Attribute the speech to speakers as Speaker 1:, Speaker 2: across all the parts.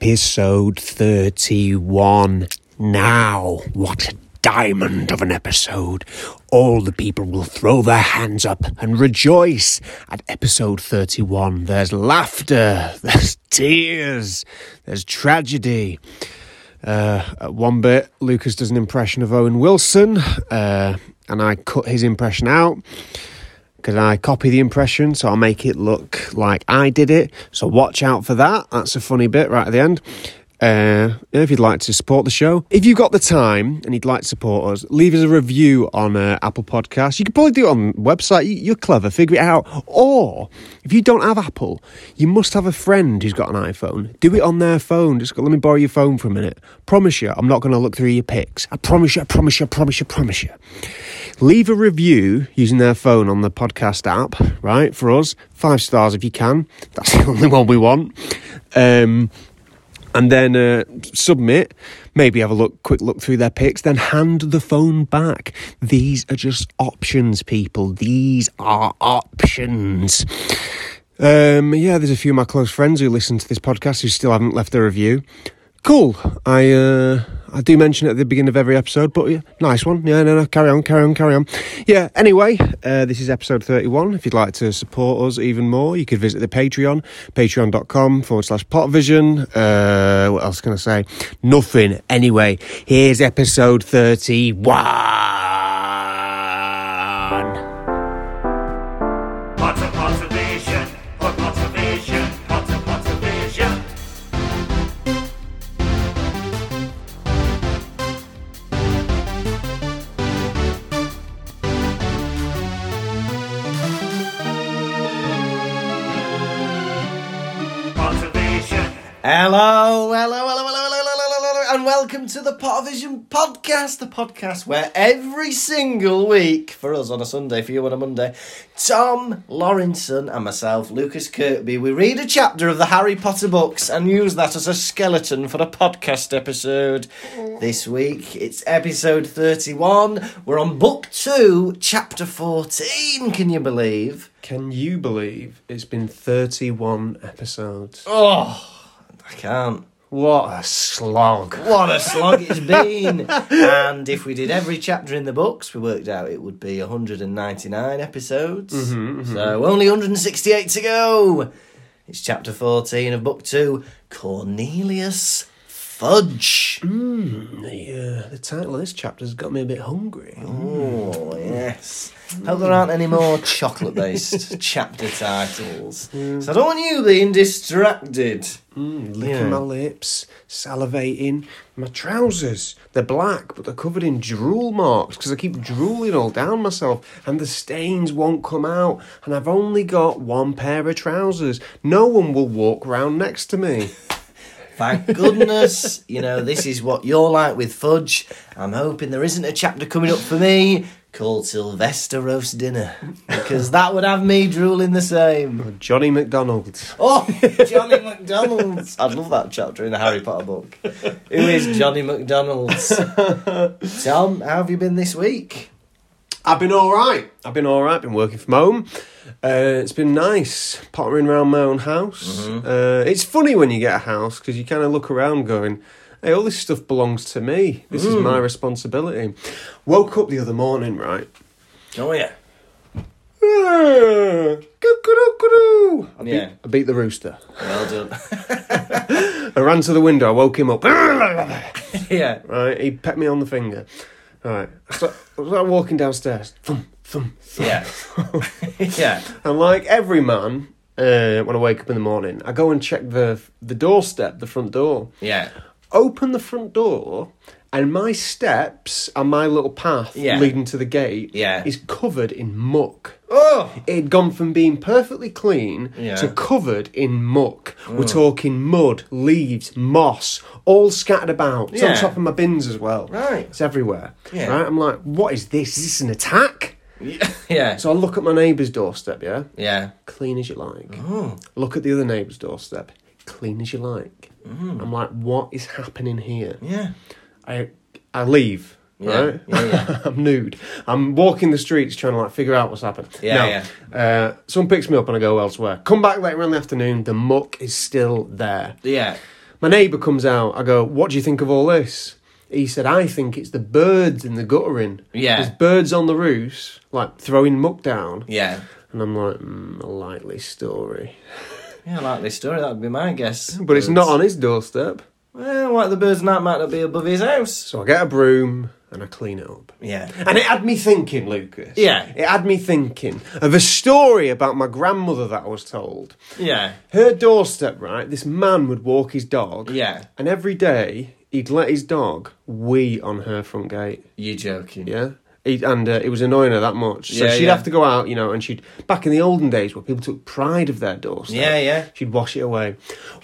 Speaker 1: episode 31 now. What a diamond of an episode. All the people will throw their hands up and rejoice at episode 31. There's laughter, there's tears, there's tragedy. Uh, at one bit, Lucas does an impression of Owen Wilson, uh, and I cut his impression out because I copy the impression, so I'll make it look like I did it. So watch out for that. That's a funny bit right at the end. Uh, if you'd like to support the show, if you've got the time and you'd like to support us, leave us a review on uh, Apple Podcasts. You could probably do it on the website. You- You're clever, figure it out. Or if you don't have Apple, you must have a friend who's got an iPhone. Do it on their phone. Just go, let me borrow your phone for a minute. Promise you, I'm not going to look through your pics. I promise you, I promise you, I promise you, I promise you leave a review using their phone on the podcast app, right? For us, five stars if you can. That's the only one we want. Um, and then uh, submit. Maybe have a look, quick look through their pics. Then hand the phone back. These are just options, people. These are options. Um, yeah, there's a few of my close friends who listen to this podcast who still haven't left a review. Cool. I uh, I do mention it at the beginning of every episode, but yeah, nice one. Yeah, no, no. Carry on, carry on, carry on. Yeah. Anyway, uh, this is episode thirty-one. If you'd like to support us even more, you could visit the Patreon, patreon.com forward slash Potvision. Uh, what else can I say? Nothing. Anyway, here's episode thirty-one.
Speaker 2: Pots of Pottervision, or Pottervision, Pots of Pottervision. Pottervision,
Speaker 3: Hello, hello, hello, hello, hello, hello, hello, hello, and welcome to the Pottervision podcast, the podcast where every single week, for us on a Sunday, for you on a Monday, Tom Laurinson and myself, Lucas Kirkby, we read a chapter of the Harry Potter books and use that as a skeleton for a podcast episode. This week, it's episode 31. We're on book two, chapter 14, can you believe?
Speaker 1: Can you believe it's been thirty-one episodes?
Speaker 3: Oh, I can't.
Speaker 1: What a slog.
Speaker 3: What a slog it's been! and if we did every chapter in the books, we worked out it would be 199 episodes. So only 168 to go! It's chapter 14 of book 2 Cornelius Fudge.
Speaker 1: The, uh, the title of this chapter's got me a bit hungry.
Speaker 3: Oh, yes. Hope there aren't any more chocolate based chapter titles. So I don't want you being distracted.
Speaker 1: Mm, licking
Speaker 3: yeah.
Speaker 1: my lips, salivating. My trousers, they're black, but they're covered in drool marks because I keep drooling all down myself and the stains won't come out. And I've only got one pair of trousers. No one will walk round next to me.
Speaker 3: Thank goodness, you know, this is what you're like with fudge. I'm hoping there isn't a chapter coming up for me called Sylvester Roast Dinner because that would have me drooling the same.
Speaker 1: Johnny McDonald.
Speaker 3: Oh, Johnny McDonald's. I'd love that chapter in the Harry Potter book. Who is Johnny McDonald's? Tom, how have you been this week?
Speaker 1: I've been all right. I've been all right. Been working from home. Uh, it's been nice pottering around my own house.
Speaker 3: Mm-hmm.
Speaker 1: Uh, it's funny when you get a house because you kind of look around, going, "Hey, all this stuff belongs to me. This
Speaker 3: Mm.
Speaker 1: is my responsibility." Woke up the other morning, right?
Speaker 3: Oh, yeah.
Speaker 1: Cuckoo-doo-coo-doo. I beat,
Speaker 3: Yeah.
Speaker 1: I beat the rooster.
Speaker 3: Well done.
Speaker 1: I ran to the window. I woke him up.
Speaker 3: yeah.
Speaker 1: Right, he pecked me on the finger. Right, so, so I'm walking downstairs. Thump, thump, thump.
Speaker 3: Yeah. yeah.
Speaker 1: And like every man, uh, when I wake up in the morning, I go and check the the doorstep, the front door.
Speaker 3: Yeah.
Speaker 1: Open the front door, and my steps and my little path
Speaker 3: Yeah.
Speaker 1: leading to the gate
Speaker 3: Yeah.
Speaker 1: is covered in muck.
Speaker 3: Oh!
Speaker 1: It had gone from being perfectly clean
Speaker 3: Yeah. Mm.
Speaker 1: to covered in muck. We're talking mud, leaves, moss, all scattered about. It's on
Speaker 3: Yeah.
Speaker 1: top of my bins as well.
Speaker 3: Right.
Speaker 1: It's everywhere.
Speaker 3: Yeah.
Speaker 1: Right? I'm like, what is this? Is this an attack?
Speaker 3: Yeah.
Speaker 1: So I look at my neighbour's doorstep, yeah?
Speaker 3: Yeah.
Speaker 1: clean as you like.
Speaker 3: Oh,
Speaker 1: Look at the other neighbour's doorstep, clean as you like.
Speaker 3: Mm.
Speaker 1: I'm like, what is happening here?
Speaker 3: Yeah.
Speaker 1: I I leave.
Speaker 3: Yeah,
Speaker 1: Right,
Speaker 3: yeah,
Speaker 1: I'm nude. I'm walking the streets trying to like figure out what's happened.
Speaker 3: Yeah,
Speaker 1: Now, Uh, someone picks me up and I go elsewhere. Come back later in the afternoon. The muck is still there.
Speaker 3: Yeah.
Speaker 1: My neighbour comes out. I go, "What do you think of all this?" He said, "I think it's the birds in the guttering.
Speaker 3: Yeah.
Speaker 1: there's birds on the roofs, like throwing muck down."
Speaker 3: Yeah.
Speaker 1: And I'm like, mm, "A likely story,"
Speaker 3: Yeah, I like this story. That would be my guess.
Speaker 1: but it's not on his doorstep.
Speaker 3: Well, like the birds night might not be above his house.
Speaker 1: So I get a broom and I clean it up.
Speaker 3: Yeah.
Speaker 1: And it had me thinking, Lucas.
Speaker 3: Yeah.
Speaker 1: It had me thinking of a story about my grandmother that I was told.
Speaker 3: Yeah.
Speaker 1: Her doorstep, right? This man would walk his dog.
Speaker 3: Yeah.
Speaker 1: And every day he'd let his dog wee on her front gate.
Speaker 3: You're joking.
Speaker 1: Yeah. He, and uh, it was annoying her that much. So
Speaker 3: Yeah,
Speaker 1: she'd
Speaker 3: yeah.
Speaker 1: have to go out, you know, and she'd. Back in the olden days where people took pride of their doorstep.
Speaker 3: Yeah, yeah.
Speaker 1: She'd wash it away.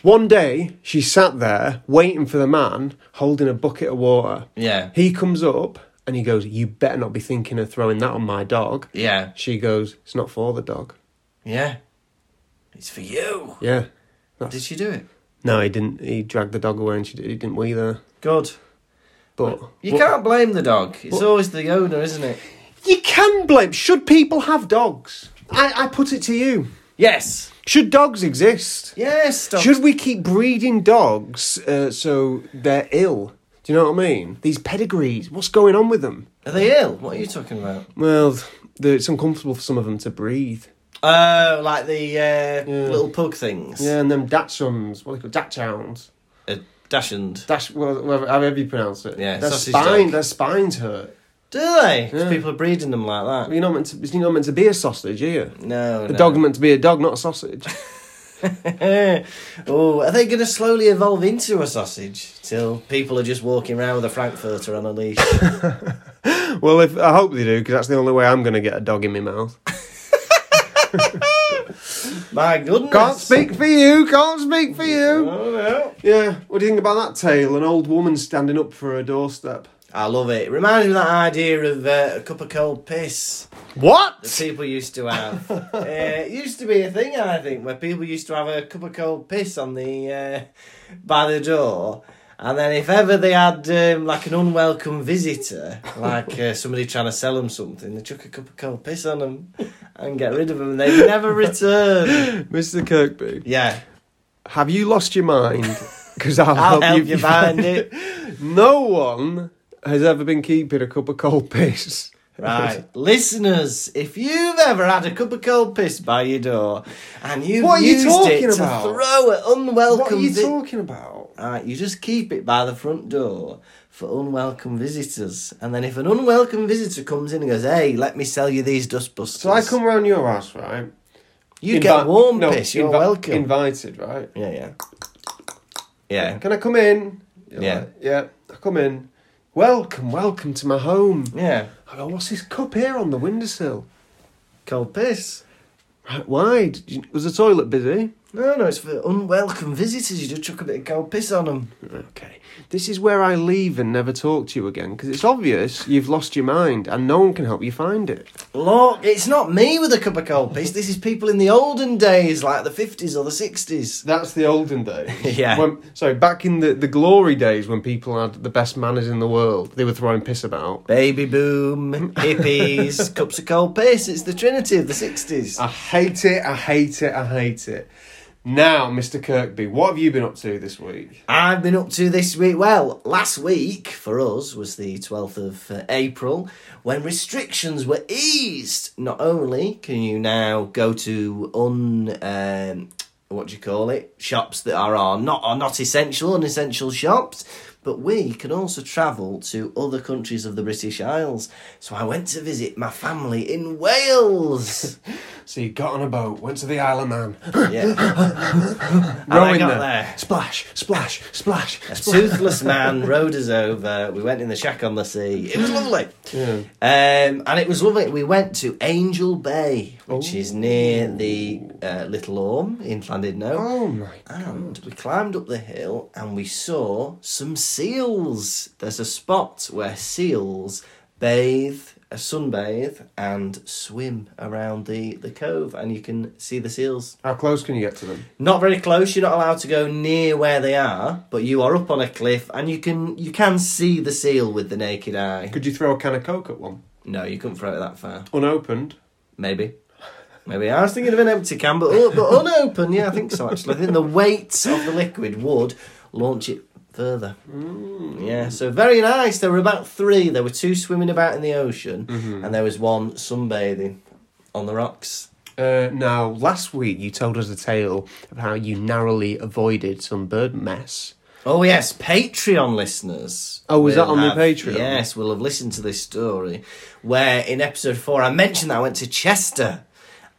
Speaker 1: One day she sat there waiting for the man holding a bucket of water.
Speaker 3: Yeah.
Speaker 1: He comes up and he goes, You better not be thinking of throwing that on my dog.
Speaker 3: Yeah.
Speaker 1: She goes, It's not for the dog.
Speaker 3: Yeah. It's for you.
Speaker 1: Yeah. That's-
Speaker 3: Did she do it?
Speaker 1: No, he didn't. He dragged the dog away and she, he didn't wee there.
Speaker 3: Good.
Speaker 1: But
Speaker 3: You
Speaker 1: but-
Speaker 3: can't blame the dog. It's always the owner, isn't it?
Speaker 1: You can blame. Should people have dogs? I, I put it to you.
Speaker 3: Yes.
Speaker 1: Should dogs exist?
Speaker 3: Yes. Dog.
Speaker 1: Should we keep breeding dogs uh, so they're ill? Do you know what I mean? These pedigrees. What's going on with them?
Speaker 3: Are they ill? What are you talking about?
Speaker 1: Well, th- it's uncomfortable for some of them to breathe.
Speaker 3: Oh, like the uh, little pug things.
Speaker 1: Yeah, and them Datsuns, what they call Dachshunds.
Speaker 3: Uh, dashend.
Speaker 1: Dash, well, well, however you pronounce it.
Speaker 3: Yeah,
Speaker 1: their
Speaker 3: sausage
Speaker 1: spine,
Speaker 3: dog.
Speaker 1: their spines hurt.
Speaker 3: Do they? 'Cause
Speaker 1: Yeah.
Speaker 3: people are breeding them like that.
Speaker 1: You're not meant to. You're not meant to be a sausage, are you?
Speaker 3: No.
Speaker 1: The
Speaker 3: no.
Speaker 1: dog's meant to be a dog, not a sausage.
Speaker 3: oh, are they going to slowly evolve into a sausage till people are just walking around with a frankfurter on a leash?
Speaker 1: well, if I hope they do, because that's the only way I'm going to get a dog in my mouth.
Speaker 3: My goodness.
Speaker 1: Can't speak for you. Can't speak for you.
Speaker 3: Oh, no.
Speaker 1: Yeah. What do you think about that tale? An old woman standing up for her doorstep.
Speaker 3: I love it. Reminds me of that idea of uh, a cup of cold piss that
Speaker 1: What?
Speaker 3: people used to have. uh, it used to be a thing, I think, where people used to have a cup of cold piss on the uh, by the door. And then if ever they had um, like an unwelcome visitor, like uh, somebody trying to sell them something, they chuck a cup of cold piss on them and get rid of them, and they never return.
Speaker 1: Mr. Kirkby,
Speaker 3: Yeah,
Speaker 1: have you lost your mind? Because I'll,
Speaker 3: I'll help you find it.
Speaker 1: No one has ever been keeping a cup of cold piss.
Speaker 3: Right, listeners, if you've ever had a cup of cold piss by your door and you've
Speaker 1: What are you
Speaker 3: used
Speaker 1: talking
Speaker 3: it
Speaker 1: about?
Speaker 3: to throw at unwelcome
Speaker 1: What are you
Speaker 3: vi-
Speaker 1: talking about?
Speaker 3: Right, you just keep it by the front door for unwelcome visitors, and then if an unwelcome visitor comes in and goes, "Hey, let me sell you these dustbusters,"
Speaker 1: So I come round your house, right?
Speaker 3: you
Speaker 1: Invi-
Speaker 3: get warm
Speaker 1: no,
Speaker 3: piss. You're
Speaker 1: invi-
Speaker 3: welcome.
Speaker 1: Invited, right?
Speaker 3: yeah, yeah, yeah,
Speaker 1: Can I come in? You're
Speaker 3: Yeah.
Speaker 1: like, yeah. I come in. Welcome, welcome to my home.
Speaker 3: yeah.
Speaker 1: I go, what's this cup here on the windowsill?
Speaker 3: Cold piss.
Speaker 1: Right, why? Did you- was the toilet busy?
Speaker 3: No, no, it's for unwelcome visitors. You just chuck a bit of cold piss on them.
Speaker 1: Okay. This is where I leave and never talk to you again because it's obvious you've lost your mind and no one can help you find it.
Speaker 3: Look, it's not me with a cup of cold piss. This is people in the olden days, like the 50s or the 60s.
Speaker 1: That's the olden days.
Speaker 3: Yeah.
Speaker 1: When, sorry, back in the, the glory days when people had the best manners in the world, they were throwing piss about.
Speaker 3: Baby boom, hippies, cups of cold piss. It's the trinity of the 60s.
Speaker 1: I hate it, I hate it, I hate it. Now, Mr. Kirkby, what have you been up to this week?
Speaker 3: I've been up to this week. Well, last week for us was the 12th of uh, April when restrictions were eased. Not only can you now go to un. Um, what do you call it? Shops that are, are not are not essential, unessential shops. But we can also travel to other countries of the British Isles. So I went to visit my family in Wales.
Speaker 1: So you got on a boat, went to the Isle of Man,
Speaker 3: yeah,
Speaker 1: rowing there.
Speaker 3: got there.
Speaker 1: Splash, splash, splash.
Speaker 3: a
Speaker 1: splash.
Speaker 3: toothless man rowed us over. We went in the shack on the sea. It was lovely.
Speaker 1: Yeah.
Speaker 3: Um, and it was lovely. We went to Angel Bay, which is
Speaker 1: Oh.
Speaker 3: near the uh, Little Orme in Llandudno.
Speaker 1: Oh my.
Speaker 3: And we climbed up the hill and we saw some seals. There's a spot where seals bathe, uh, sunbathe, and swim around the, the cove, and you can see the seals.
Speaker 1: How close can you get to them?
Speaker 3: Not very close. You're not allowed to go near where they are, but you are up on a cliff, and you can you can see the seal with the naked eye.
Speaker 1: Could you throw a can of Coke at one?
Speaker 3: No, you couldn't throw it that far.
Speaker 1: Unopened?
Speaker 3: Maybe, maybe I was thinking of an empty can, but, oh, but unopened. Yeah, I think so. Actually, I think the weight of the liquid would launch it further. Yeah, so very nice. There were about three. There were two swimming about in the ocean, and there was one sunbathing on the rocks.
Speaker 1: Uh, now, last week you told us a tale of how you narrowly avoided some bird mess.
Speaker 3: Oh yes, Patreon listeners.
Speaker 1: Oh, was that
Speaker 3: will
Speaker 1: on the
Speaker 3: have-
Speaker 1: Patreon?
Speaker 3: Yes, will have listened to this story, where in episode four I mentioned that I went to Chester,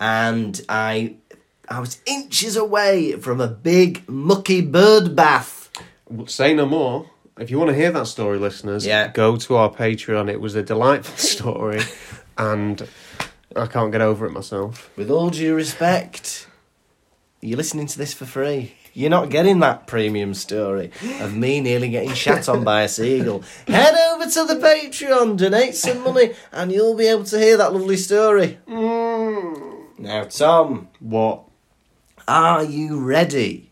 Speaker 3: and I, I was inches away from a big mucky bird bath.
Speaker 1: Say no more. If you want to hear that story, listeners,
Speaker 3: Yeah.
Speaker 1: go to our Patreon. It was a delightful story, and I can't get over it myself.
Speaker 3: With all due respect, you're listening to this for free. You're not getting that premium story of me nearly getting shat on by a seagull. Head over to the Patreon, donate some money, and you'll be able to hear that lovely story. Now, Tom,
Speaker 1: What?
Speaker 3: are you ready?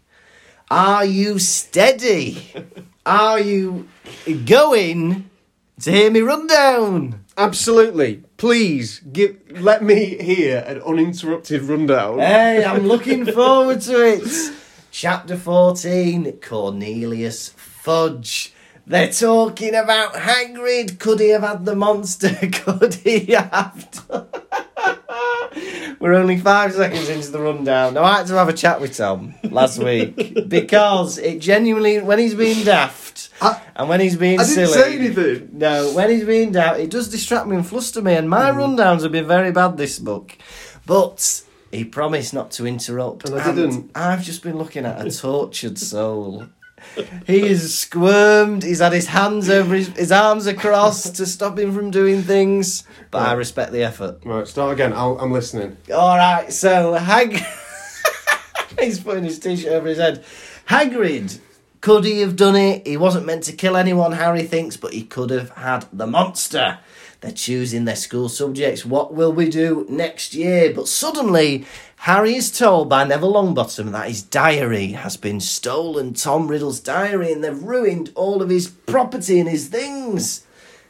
Speaker 3: Are you steady? Are you going to hear me run down?
Speaker 1: Absolutely. Please give let me hear an uninterrupted rundown.
Speaker 3: Hey, I'm looking forward to it. Chapter 14 Cornelius Fudge. They're talking about Hagrid. Could he have had the monster? Could he have? We're only five seconds into the rundown. Now, I had to have a chat with Tom last week because it genuinely, when he's being daft
Speaker 1: I-
Speaker 3: and when he's being
Speaker 1: I
Speaker 3: silly.
Speaker 1: didn't say anything.
Speaker 3: No, when he's being down, it does distract me and fluster me, and my rundowns have been very bad this book. But he promised not to interrupt.
Speaker 1: And I didn't.
Speaker 3: I've just been looking at a tortured soul. He has squirmed. He's had his hands over his, his arms across to stop him from doing things. But I respect the effort.
Speaker 1: Right, start again. I'll, I'm listening.
Speaker 3: All right, so Hag. He's putting his t-shirt over his head. Hagrid, could he have done it? He wasn't meant to kill anyone, Harry thinks, but he could have had the monster. They're choosing their school subjects. What will we do next year? But suddenly, Harry is told by Neville Longbottom that his diary has been stolen. Tom Riddle's diary, and they've ruined all of his property and his things.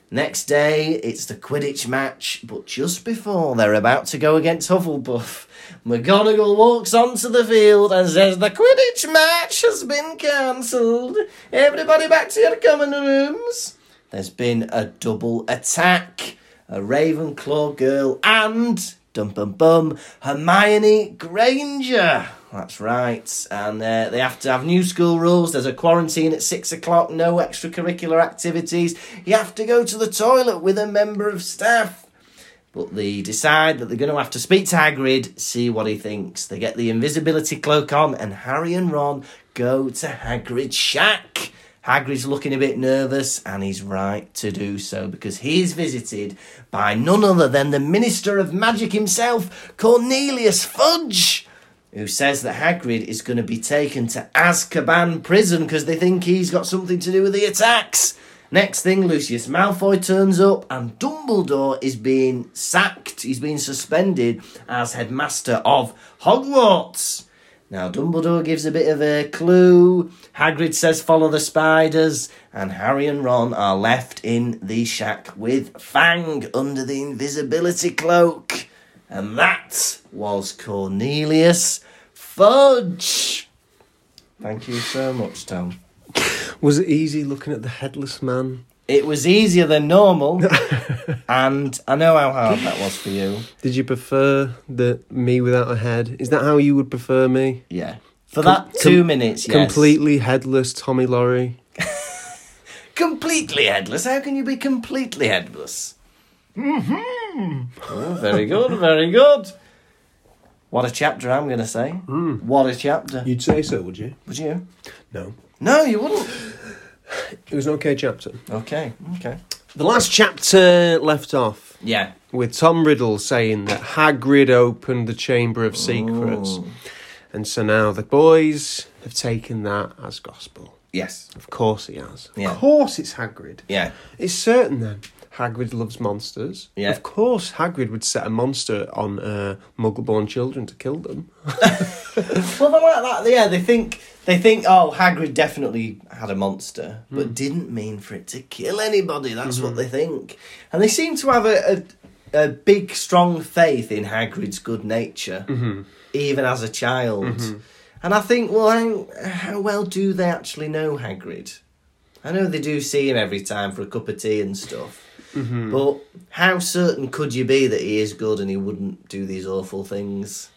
Speaker 3: Next day, it's the Quidditch match, but just before they're about to go against Hufflepuff, McGonagall walks onto the field and says, The Quidditch match has been cancelled. Everybody back to your common rooms. There's been a double attack. A Ravenclaw girl and, dum bum bum, Hermione Granger. That's right. And uh, they have to have new school rules. There's a quarantine at six o'clock, no extracurricular activities. You have to go to the toilet with a member of staff. But they decide that they're going to have to speak to Hagrid, see what he thinks. They get the invisibility cloak on, and Harry and Ron go to Hagrid's shack. Hagrid's looking a bit nervous, and he's right to do so because he's visited by none other than the Minister of Magic himself, Cornelius Fudge, who says that Hagrid is going to be taken to Azkaban prison because they think he's got something to do with the attacks. Next thing, Lucius Malfoy turns up, and Dumbledore is being sacked. He's being suspended as headmaster of Hogwarts. Now, Dumbledore gives a bit of a clue. Hagrid says, Follow the spiders. And Harry and Ron are left in the shack with Fang under the invisibility cloak. And that was Cornelius Fudge. Thank you so much, Tom.
Speaker 1: Was it easy looking at the headless man?
Speaker 3: It was easier than normal. and I know how hard that was for you.
Speaker 1: Did you prefer the me without a head? Is that how you would prefer me?
Speaker 3: Yeah. For that two minutes, yes.
Speaker 1: Completely headless Tommy Laurie.
Speaker 3: Completely headless? How can you be completely headless? Mm-hmm. very good, very good. What a chapter, I'm going to say. What a chapter.
Speaker 1: You'd say so, would you?
Speaker 3: Would you?
Speaker 1: No.
Speaker 3: No, you wouldn't.
Speaker 1: It was an okay chapter.
Speaker 3: Okay, okay.
Speaker 1: The last chapter left off
Speaker 3: Yeah.
Speaker 1: with Tom Riddle saying that Hagrid opened the Chamber of Secrets.
Speaker 3: Oh.
Speaker 1: And so now the boys have taken that as gospel.
Speaker 3: Yes.
Speaker 1: Of course he has.
Speaker 3: Yeah.
Speaker 1: Of course it's Hagrid.
Speaker 3: Yeah.
Speaker 1: It's certain then. Hagrid loves monsters.
Speaker 3: Yeah.
Speaker 1: Of course, Hagrid would set a monster on uh, Muggle-born children to kill them.
Speaker 3: Well, they like that. Yeah, they think they think. Oh, Hagrid definitely had a monster, but didn't mean for it to kill anybody. That's what they think, and they seem to have a a, a big, strong faith in Hagrid's good nature, even as a child. And I think, well, how, how well do they actually know Hagrid? I know they do see him every time for a cup of tea and stuff. But how certain could you be that he is good and he wouldn't do these awful things?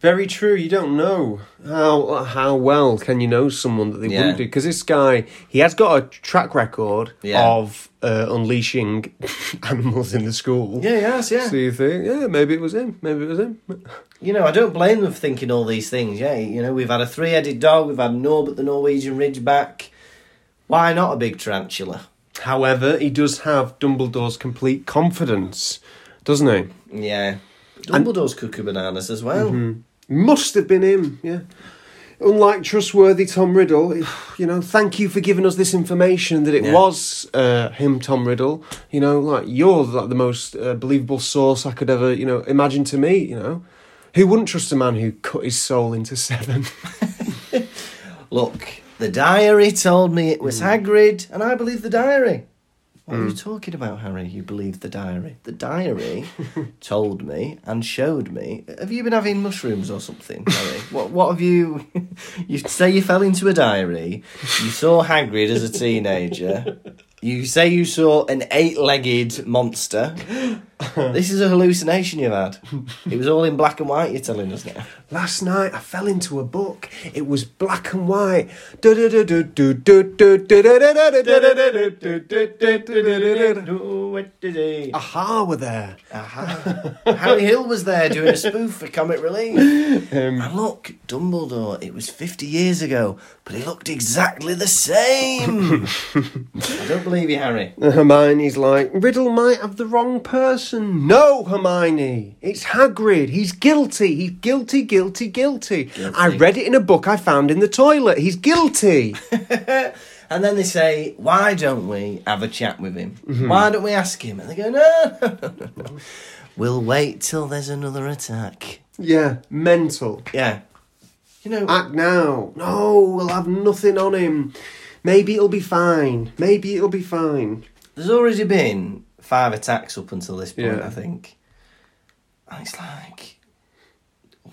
Speaker 1: Very true. You don't know how how well can you know someone that they
Speaker 3: Yeah.
Speaker 1: wouldn't do because this guy he has got a track record
Speaker 3: Yeah.
Speaker 1: of uh, unleashing animals in the school.
Speaker 3: Yeah, yes, yeah.
Speaker 1: So you think, yeah, maybe it was him. Maybe it was him.
Speaker 3: You know, I don't blame them for thinking all these things. Yeah, you know, we've had a three-headed dog, we've had Norbert the Norwegian Ridgeback. Why not a big tarantula?
Speaker 1: However, he does have Dumbledore's complete confidence, doesn't he?
Speaker 3: Yeah. Dumbledore's cuckoo bananas as well.
Speaker 1: Must have been him, yeah. Unlike trustworthy Tom Riddle, you know, thank you for giving us this information that it
Speaker 3: Yeah.
Speaker 1: was uh, him, Tom Riddle. You know, like you're like the most uh, believable source I could ever, you know, imagine to me. You know, who wouldn't trust a man who cut his soul into seven?
Speaker 3: Look, the diary told me it was Hagrid, and I believe the diary. What are you talking about, Harry? You believe the diary? The diary told me and showed me. Have you been having mushrooms or something, Harry? what What have you? you say you fell into a diary. You saw Hagrid as a teenager. You say you saw an eight-legged monster. This is a hallucination you've had. It was all in black and white. You're telling us now.
Speaker 1: Last night I fell into a book. It was black and white. Aha, were there.
Speaker 3: Aha. Harry Hill was there doing a spoof for comic relief. and look, Dumbledore, it was 50 years ago, but he looked exactly the same. I don't believe you, Harry.
Speaker 1: And Hermione's like, Riddle might have the wrong person. No, Hermione, it's Hagrid. He's guilty. He's guilty, guilty, guilty. I read it in a book I found in the toilet. He's guilty.
Speaker 3: And then they say, why don't we have a chat with him? Why don't we ask him? And they go, no, no, no, no, no. We'll wait till there's another attack.
Speaker 1: yeah, mental.
Speaker 3: Yeah. You know,
Speaker 1: Act now. No, we'll have nothing on him. Maybe it'll be fine. Maybe it'll be fine.
Speaker 3: there's already been five attacks up until this point,
Speaker 1: Yeah.
Speaker 3: I think. And it's like,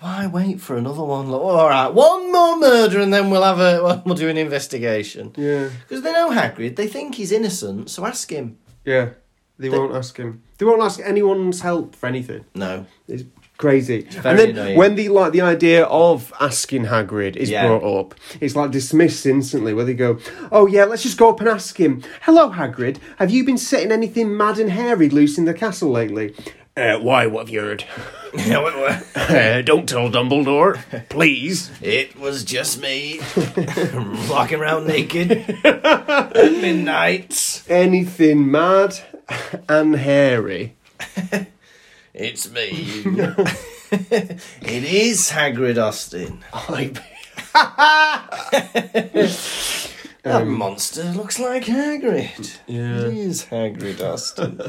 Speaker 3: why wait for another one? Like, all right, one more murder, and then we'll have a we'll- we'll do an investigation.
Speaker 1: Yeah.
Speaker 3: Because they know Hagrid, they think he's innocent, so ask him.
Speaker 1: Yeah. They, won't ask him. They won't ask anyone's help for anything.
Speaker 3: No,
Speaker 1: It's crazy.
Speaker 3: very
Speaker 1: and then
Speaker 3: annoying.
Speaker 1: when the like the idea of asking Hagrid is
Speaker 3: Yeah.
Speaker 1: brought up, it's like dismissed instantly. Where they go, "Oh yeah, let's just go up and ask him." Hello, Hagrid. Have you been setting anything mad and hairy loose in the castle lately?
Speaker 4: Uh, why, what have you heard? Uh, don't tell Dumbledore, please.
Speaker 3: it was just me walking around naked at midnight.
Speaker 1: Anything mad and hairy?
Speaker 3: It's me. it is Hagrid Austin.
Speaker 1: Like,
Speaker 3: That monster looks like Hagrid.
Speaker 1: Yeah.
Speaker 3: It is Hagrid Austin.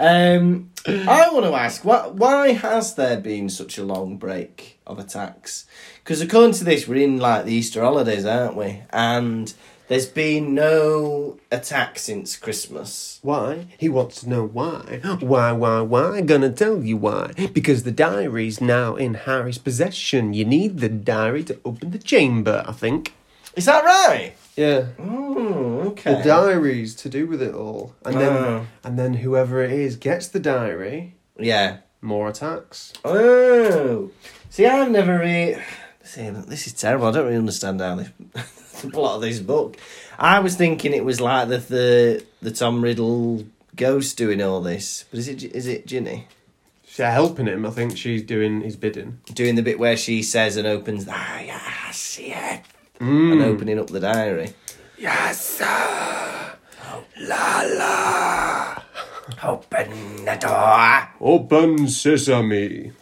Speaker 3: um, I want to ask, why, why has there been such a long break of attacks? Because according to this, we're in like the Easter holidays, aren't we? And there's been no attack since Christmas.
Speaker 1: why? He wants to know why. Why? Why? Why? Gonna tell you why. Because the diary's now in Harry's possession. You need the diary to open the chamber. I think.
Speaker 3: Is that right?
Speaker 1: Yeah.
Speaker 3: Mm, okay.
Speaker 1: the diaries to do with it all, and then
Speaker 3: Oh.
Speaker 1: and then whoever it is gets the diary,
Speaker 3: yeah.
Speaker 1: more attacks.
Speaker 3: Oh, see, I've never really. See, this is terrible. I don't really understand how this, the plot of this book. I was thinking it was like the the, the Tom Riddle ghost doing all this, but is it is it Ginny
Speaker 1: She's helping him. I think she's doing his bidding.
Speaker 3: doing the bit where she says and opens? Ah, yes, yeah, and
Speaker 1: Hmm.
Speaker 3: opening up the diary.
Speaker 4: Yes, sir. La la. Open the door.
Speaker 1: Open sesame.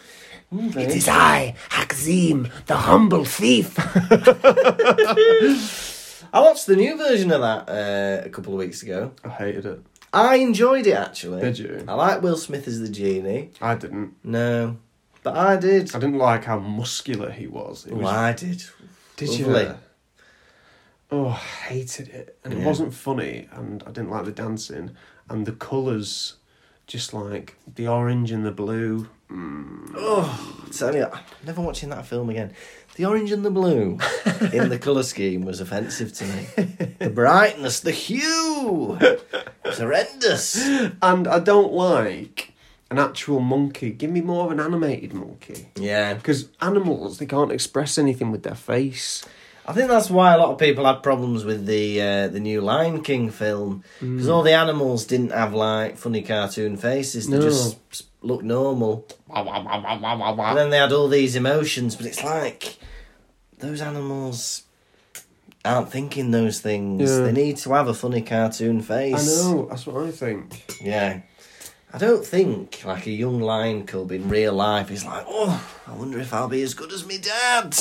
Speaker 4: It is I, Haxim, the humble thief.
Speaker 3: I watched the new version of that uh, a couple of weeks ago.
Speaker 1: I hated it.
Speaker 3: I enjoyed it actually.
Speaker 1: Did you?
Speaker 3: I like Will Smith as the genie.
Speaker 1: I didn't.
Speaker 3: No, but I did.
Speaker 1: I didn't like how muscular he was. It was
Speaker 3: Well, I did.
Speaker 1: did you?
Speaker 4: uh,
Speaker 3: Lovely.
Speaker 1: Oh, I hated it, and it wasn't funny, and I didn't like the dancing, and the colours Just like the orange and the blue.
Speaker 3: Tell you, I'm never watching that film again. The orange and the blue in the colour scheme was offensive to me. The brightness, the hue was horrendous.
Speaker 1: And I don't like an actual monkey. Give me more of an animated monkey.
Speaker 3: Yeah.
Speaker 1: Because animals, they can't express anything with their face.
Speaker 3: I think that's why a lot of people had problems with the uh, the new Lion King film
Speaker 1: Mm.
Speaker 3: because all the animals didn't have like funny cartoon faces; they
Speaker 1: No.
Speaker 3: just s- looked normal. And then they had all these emotions, but it's like those animals aren't thinking those things.
Speaker 1: Yeah.
Speaker 3: They need to have a funny cartoon
Speaker 1: I
Speaker 3: face.
Speaker 1: know, that's what I think.
Speaker 3: Yeah. I don't think like a young lion cub in real life is like, oh, I wonder if I'll be as good as me dad.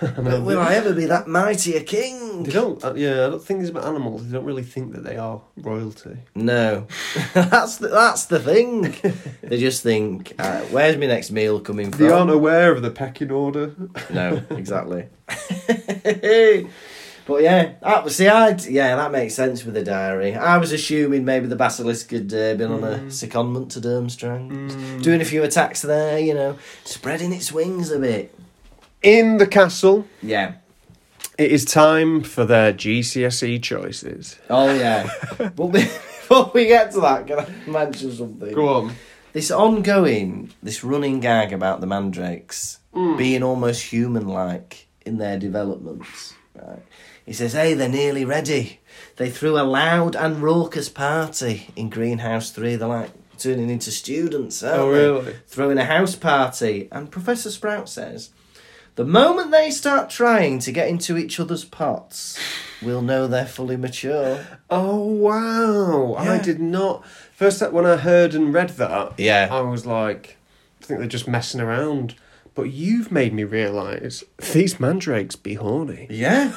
Speaker 3: Will I ever be that mighty a king?
Speaker 1: They don't, uh, yeah, I don't think it's about animals. They don't really think that they are royalty.
Speaker 3: No, that's the, that's the thing. they just think, uh, "Where's my next meal coming from?"
Speaker 1: They aren't aware of the pecking order.
Speaker 3: No, exactly. but yeah, that was see, I yeah, that makes sense with the diary. I was assuming maybe the basilisk had uh, been on a secondment to Durmstrang, doing a few attacks there, you know, spreading its wings a bit.
Speaker 1: In the castle,
Speaker 3: Yeah.
Speaker 1: it is time for their GCSE E choices.
Speaker 3: Oh yeah. but before we get to that, can I mention something?
Speaker 1: on.
Speaker 3: This ongoing, this running gag about the mandrakes
Speaker 1: Mm.
Speaker 3: being almost human like in their developments. Right. He says, Hey, they're nearly ready. They threw a loud and raucous party in Greenhouse 3. They're like turning into students. Aren't
Speaker 1: Oh,
Speaker 3: they?
Speaker 1: really?
Speaker 3: Throwing a house party. And Professor Sprout says, The moment they start trying to get into each other's pots, we'll know they're fully mature.
Speaker 1: Oh, wow. I
Speaker 3: Yeah.
Speaker 1: did not. First, that when I heard and read that,
Speaker 3: Yeah.
Speaker 1: I was like, I think they're just messing around. But you've made me realise these mandrakes be horny.
Speaker 3: Yeah.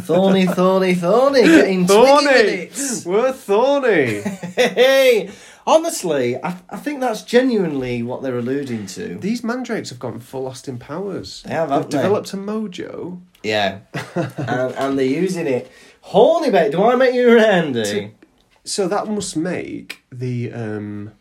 Speaker 3: thorny, thorny, thorny. Getting twiggy with
Speaker 1: Thorny!
Speaker 3: it.
Speaker 1: We're thorny!
Speaker 3: Hey, honestly, I, I think that's genuinely what they're alluding to.
Speaker 1: These mandrakes have gone full Austin Powers.
Speaker 3: They have,
Speaker 1: They've
Speaker 3: haven't they?
Speaker 1: developed a mojo.
Speaker 3: Yeah, and, and they're using it. Horny bait. Do I make you randy?
Speaker 1: So that must make the um,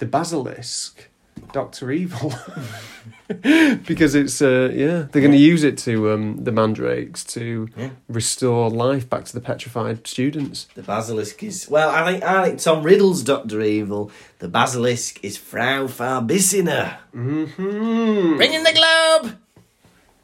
Speaker 1: the basilisk Doctor Evil because it's uh, yeah they're going to use it to um, the mandrakes to
Speaker 3: Yeah.
Speaker 1: restore life back to the petrified students.
Speaker 3: The basilisk is well. I think I think Tom Riddle's Doctor Evil. The basilisk is Frau Farbissina.
Speaker 1: Mm-hmm.
Speaker 3: Ringing the globe.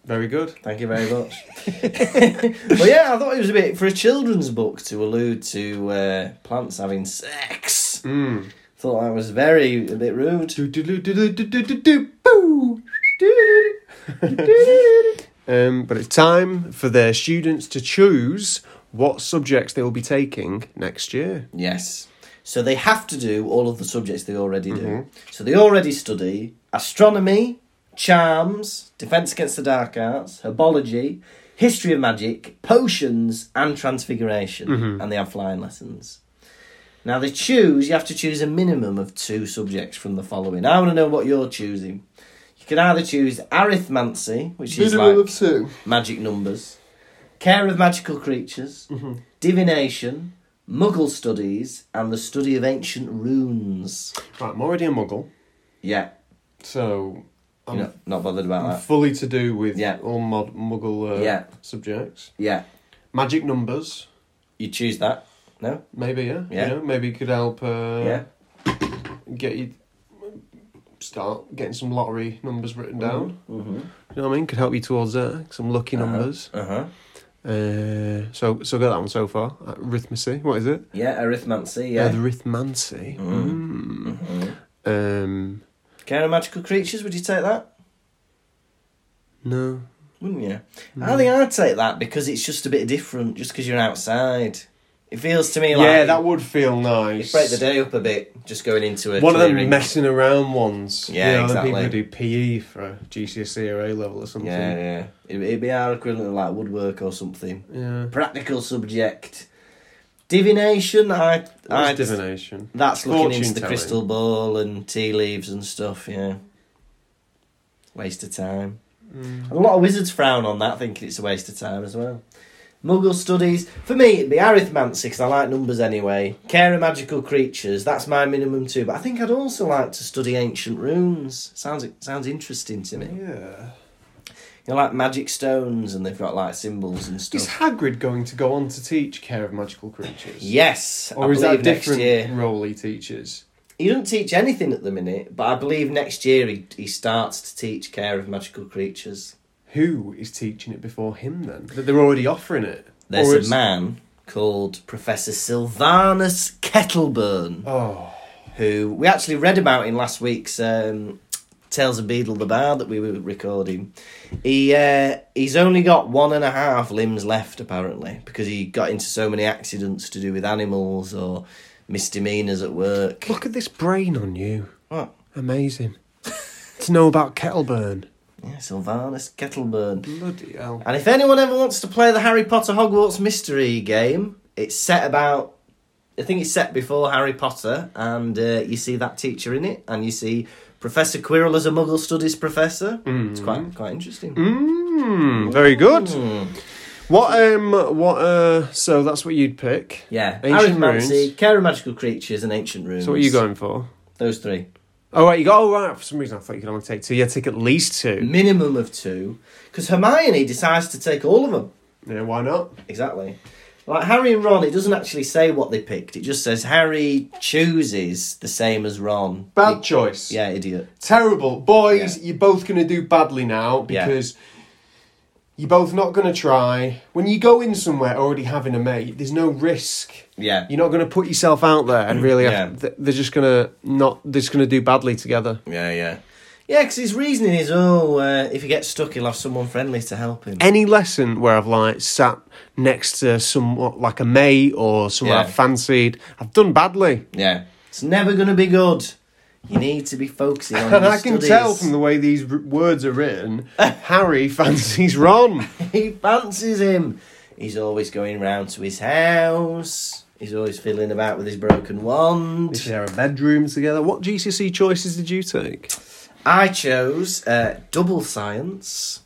Speaker 1: Very good.
Speaker 3: Thank you very much. but yeah, I thought it was a bit for a children's book to allude to uh, plants having sex.
Speaker 1: Mm.
Speaker 3: Thought that was very a bit rude.
Speaker 1: Do do do do do do do do do boo. Do, do, do, do, do, do, do. Um, but it's time for their students to choose what subjects they will be taking next year.
Speaker 3: Yes. So they have to do all of the subjects they already do. So they already study astronomy, charms, defense against the dark arts, herbology, history of magic, potions, and transfiguration. And they have flying lessons. Now they choose, you have to choose a minimum of two subjects from the following. I want to know what you're choosing. You can either choose arithmancy, which is like
Speaker 1: two.
Speaker 3: magic numbers, care of magical creatures,
Speaker 1: Mm-hmm.
Speaker 3: divination, muggle studies, and the study of ancient runes.
Speaker 1: Right, I'm already a muggle,
Speaker 3: Yeah,
Speaker 1: so I'm,
Speaker 3: you know, not bothered about
Speaker 1: I'm
Speaker 3: that.
Speaker 1: fully to do with
Speaker 3: Um, uh, Yeah.
Speaker 1: all mod, muggle uh,
Speaker 3: Yeah.
Speaker 1: subjects.
Speaker 3: Yeah,
Speaker 1: Magic numbers,
Speaker 3: you choose that. No?
Speaker 1: maybe, yeah.
Speaker 3: Yeah.
Speaker 1: You know, maybe could help uh,
Speaker 3: yeah.
Speaker 1: get you start getting some lottery numbers written
Speaker 3: Mm-hmm.
Speaker 1: down. You know what I mean? Could help you towards that. Some lucky numbers.
Speaker 3: Uh huh.
Speaker 1: Uh, so so got that one so far. Arithmancy. What is it?
Speaker 3: Yeah, arithmancy.
Speaker 1: Uh,
Speaker 3: Yeah. Mm-hmm.
Speaker 1: the Rithmancy. Mm. Um,
Speaker 3: care of magical creatures. Would you take that?
Speaker 1: no.
Speaker 3: Wouldn't you?
Speaker 1: Mm-hmm.
Speaker 3: I think I'd take that because it's just a bit different. Just because you're outside, it feels to me like
Speaker 1: yeah, that would feel nice.
Speaker 3: It'd break the day up a bit. Just going into a
Speaker 1: One of them
Speaker 3: clearing.
Speaker 1: messing around ones. you
Speaker 3: Yeah,
Speaker 1: know, the People who
Speaker 3: exactly.
Speaker 1: do PE for a GCSE E or A level or something.
Speaker 3: Yeah, yeah. It'd, it'd be our equivalent of like woodwork or something.
Speaker 1: Yeah.
Speaker 3: practical subject. Divination, I, I
Speaker 1: That's divination.
Speaker 3: That's looking into
Speaker 1: Fortune
Speaker 3: the
Speaker 1: telling.
Speaker 3: crystal ball and tea leaves and stuff. Yeah, Mm. waste of time. A lot of wizards frown on that, thinking it's a waste of time as well. Muggle studies. For me, it'd be arithmancy because I like numbers anyway. Care of magical creatures. That's my minimum too. But I think I'd also like to study ancient runes. Sounds sounds interesting to me.
Speaker 1: Yeah.
Speaker 3: You know, like magic stones, and they've got like symbols and
Speaker 1: Is
Speaker 3: stuff.
Speaker 1: Hagrid going to go on to teach care of magical creatures?
Speaker 3: Yes,
Speaker 1: Or
Speaker 3: I
Speaker 1: is that a
Speaker 3: believe next
Speaker 1: different
Speaker 3: year.
Speaker 1: role he teaches?
Speaker 3: He doesn't teach anything at the minute, but I believe next year he he starts to teach care of magical creatures.
Speaker 1: Who is teaching it before him then? That they're already offering it.
Speaker 3: There's
Speaker 1: Or
Speaker 3: a
Speaker 1: it's-
Speaker 3: man called Professor Sylvanus Kettleburn,
Speaker 1: Oh,
Speaker 3: who we actually read about in last week's um, Tales of Beadle the Bard that we were recording. He uh, he's only got one and a half limbs left apparently because he got into so many accidents to do with animals or misdemeanors at work.
Speaker 1: look at this brain on you.
Speaker 3: What?
Speaker 1: Amazing. to know about Kettleburn.
Speaker 3: Yeah, Sylvanus Kettleburn.
Speaker 1: Bloody hell.
Speaker 3: And if anyone ever wants to play the Harry Potter Hogwarts Mystery game, it's set about. I think it's set before Harry Potter, and uh, you see that teacher in it, and you see Professor Quirrell as a Muggle Studies professor.
Speaker 1: Mm.
Speaker 3: It's quite quite interesting.
Speaker 1: Mmm, very good.
Speaker 3: Mm.
Speaker 1: What, um, what, uh, so that's what you'd pick?
Speaker 3: Yeah,
Speaker 1: Ancient
Speaker 3: arithmancy,
Speaker 1: runes.
Speaker 3: care of magical creatures, and ancient runes.
Speaker 1: So what are you going for?
Speaker 3: Those three.
Speaker 1: Oh, right, you got, oh, right, for some reason I thought you could only take two. Yeah, take at least two.
Speaker 3: Minimum of two, because Hermione decides to take all of them.
Speaker 1: Yeah, why not?
Speaker 3: Exactly. Like Harry and Ron, it doesn't actually say what they picked. It just says Harry chooses the same as Ron.
Speaker 1: Bad choice.
Speaker 3: Yeah, idiot.
Speaker 1: Terrible. Boys,
Speaker 3: Yeah.
Speaker 1: you're both going to do badly now
Speaker 3: Yeah.
Speaker 1: because you're both not going to try. When you go in somewhere already having a mate, there's no risk.
Speaker 3: Yeah.
Speaker 1: You're not going to put yourself out there and really.
Speaker 3: Yeah.
Speaker 1: th- they're just going to not. They're just going to do badly together.
Speaker 3: Yeah, yeah. Yeah, because his reasoning is, oh, uh, if he gets stuck, he'll have someone friendly to help him.
Speaker 1: Any lesson where I've like sat next to somewhat like a mate or someone
Speaker 3: Yeah.
Speaker 1: I've fancied, I've done badly,
Speaker 3: Yeah. It's never going to be good. You need to be focusing on
Speaker 1: and
Speaker 3: your
Speaker 1: I can
Speaker 3: studies.
Speaker 1: tell from the way these r- words are written, Harry fancies Ron.
Speaker 3: He fancies him. He's always going round to his house. He's always fiddling about with his broken
Speaker 1: They
Speaker 3: wand.
Speaker 1: share a bedroom together. What GCSE choices did you take?
Speaker 3: I chose uh, double science.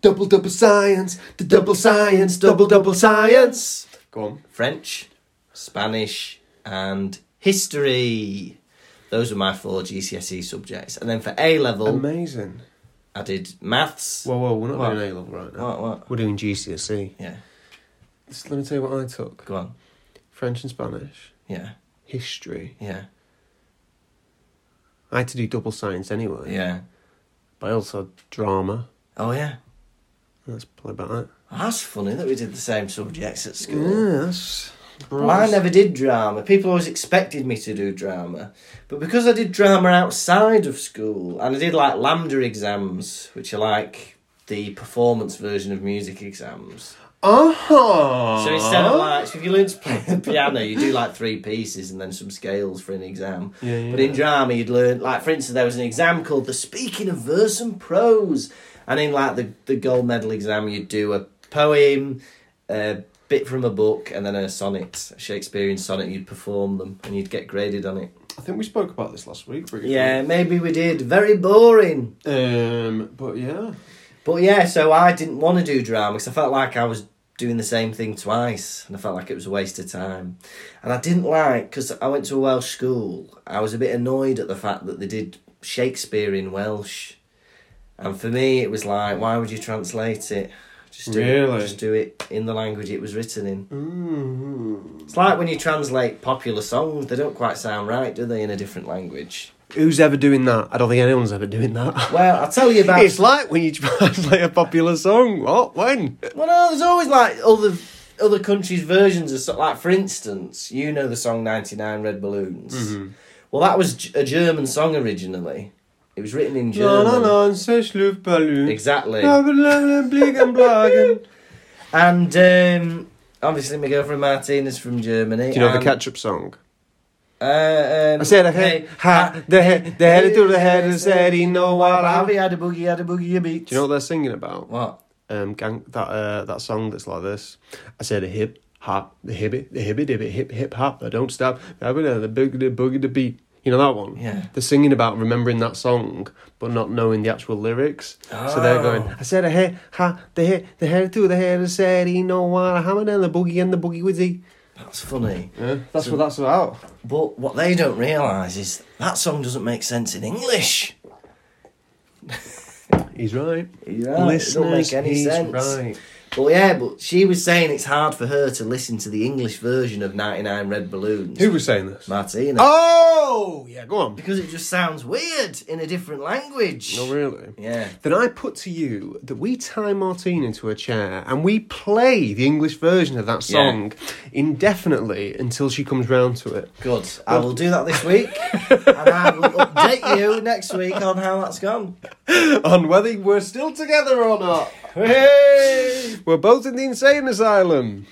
Speaker 1: Double double science, the double science, double double science. Go on.
Speaker 3: French, Spanish, and history. Those were my four GCSE E subjects. And then for A level,
Speaker 1: Amazing. Oh.
Speaker 3: I did maths.
Speaker 1: Oh. Whoa, whoa, we're not
Speaker 3: What?
Speaker 1: doing A level right now.
Speaker 3: What, what?
Speaker 1: We're doing GCSE.
Speaker 3: Yeah,
Speaker 1: Just let me tell you what I took:
Speaker 3: go on.
Speaker 1: French and Spanish,
Speaker 3: Yeah,
Speaker 1: history.
Speaker 3: yeah,
Speaker 1: I had to do double science anyway.
Speaker 3: yeah.
Speaker 1: But I also had drama.
Speaker 3: Oh, yeah. Oh,
Speaker 1: That's probably about it.
Speaker 3: That's funny that we did the same subjects at
Speaker 1: Mm,
Speaker 3: school.
Speaker 1: Yes.
Speaker 3: Well, I never did drama. People always expected me to do drama. But because I did drama outside of school, and I did like lambda exams, which are like the performance version of music exams.
Speaker 1: Uh-huh.
Speaker 3: So instead of like, so if you learn to play the piano, you do like three pieces and then some scales for an exam.
Speaker 1: Yeah, yeah.
Speaker 3: But in drama, you'd learn, like, for instance, there was an exam called the Speaking of Verse and Prose. And in like the, the gold medal exam, you'd do a poem, a bit from a book, and then a sonnet, a Shakespearean sonnet. You'd perform them and you'd get graded on it.
Speaker 1: I think we spoke about this last week. briefly.
Speaker 3: Yeah, maybe we did. Very boring.
Speaker 1: Um. But yeah.
Speaker 3: But yeah, so I didn't want to do drama because I felt like I was doing the same thing twice and I felt like it was a waste of time. And I didn't like, because I went to a Welsh school, I was a bit annoyed at the fact that they did Shakespeare in Welsh. And for me, it was like, why would you translate it? Just do,
Speaker 1: Really?
Speaker 3: it, just do it in the language it was written in.
Speaker 1: Mm.
Speaker 3: It's like when you translate popular songs, they don't quite sound right, do they, in a different language?
Speaker 1: Who's ever doing that? I don't think anyone's ever doing that.
Speaker 3: Well, I'll tell you about.
Speaker 1: It's like when you play a popular song. What? When?
Speaker 3: Well, no, there's always like other other countries' versions of so- like, for instance, you know the song "99 Red Balloons."
Speaker 1: Mm-hmm.
Speaker 3: Well, that was G- a German song originally. It was written in
Speaker 1: No,
Speaker 3: German.
Speaker 1: no, no, such Luftballon.
Speaker 3: Exactly.
Speaker 1: Bla, bla, bla, blick and blagen.
Speaker 3: And um, obviously, my girlfriend Martine is from Germany.
Speaker 1: Do you know the
Speaker 3: and-
Speaker 1: ketchup song?
Speaker 3: Uh, um,
Speaker 1: I said,
Speaker 3: hey,
Speaker 1: hey, ha, the head, the head through the head and said, he know what I
Speaker 3: Have
Speaker 1: Do
Speaker 3: you had a boogie? Had a boogie? You beat.
Speaker 1: you know what they're singing about?
Speaker 3: what?
Speaker 1: Um, gang, that uh, that song that's like this. I said a hip hop, the hibbit, the hibbit, hibbit, hip hip hop. I don't stop. I would have the boogie, the boogie, the beat. You know that one?
Speaker 3: Yeah.
Speaker 1: They're singing about remembering that song, but not knowing the actual lyrics. So
Speaker 3: Oh.
Speaker 1: they're going, I said a hair, ha, the hair, the hair to the hair, I said he no one, I hammered and the boogie and the boogie with the.
Speaker 3: That's funny.
Speaker 1: That's what that's about.
Speaker 3: But what they don't realise is that song doesn't make sense in English.
Speaker 1: He's right.
Speaker 3: He's right. It don't make any
Speaker 1: he's
Speaker 3: sense.
Speaker 1: right.
Speaker 3: Well, yeah, but she was saying it's hard for her to listen to the English version of 99 Red Balloons.
Speaker 1: Who was saying this?
Speaker 3: Martina.
Speaker 1: Oh, yeah, go on.
Speaker 3: Because it just sounds weird in a different language.
Speaker 1: No, really?
Speaker 3: Yeah.
Speaker 1: Then I put to you that we tie Martine into a chair and we play the English version of that song indefinitely until she comes round to it.
Speaker 3: Good. I will do that this week. and I will update you next week on how that's gone.
Speaker 1: On whether we're still together or not.
Speaker 3: Hey!
Speaker 1: We're both in the insane asylum.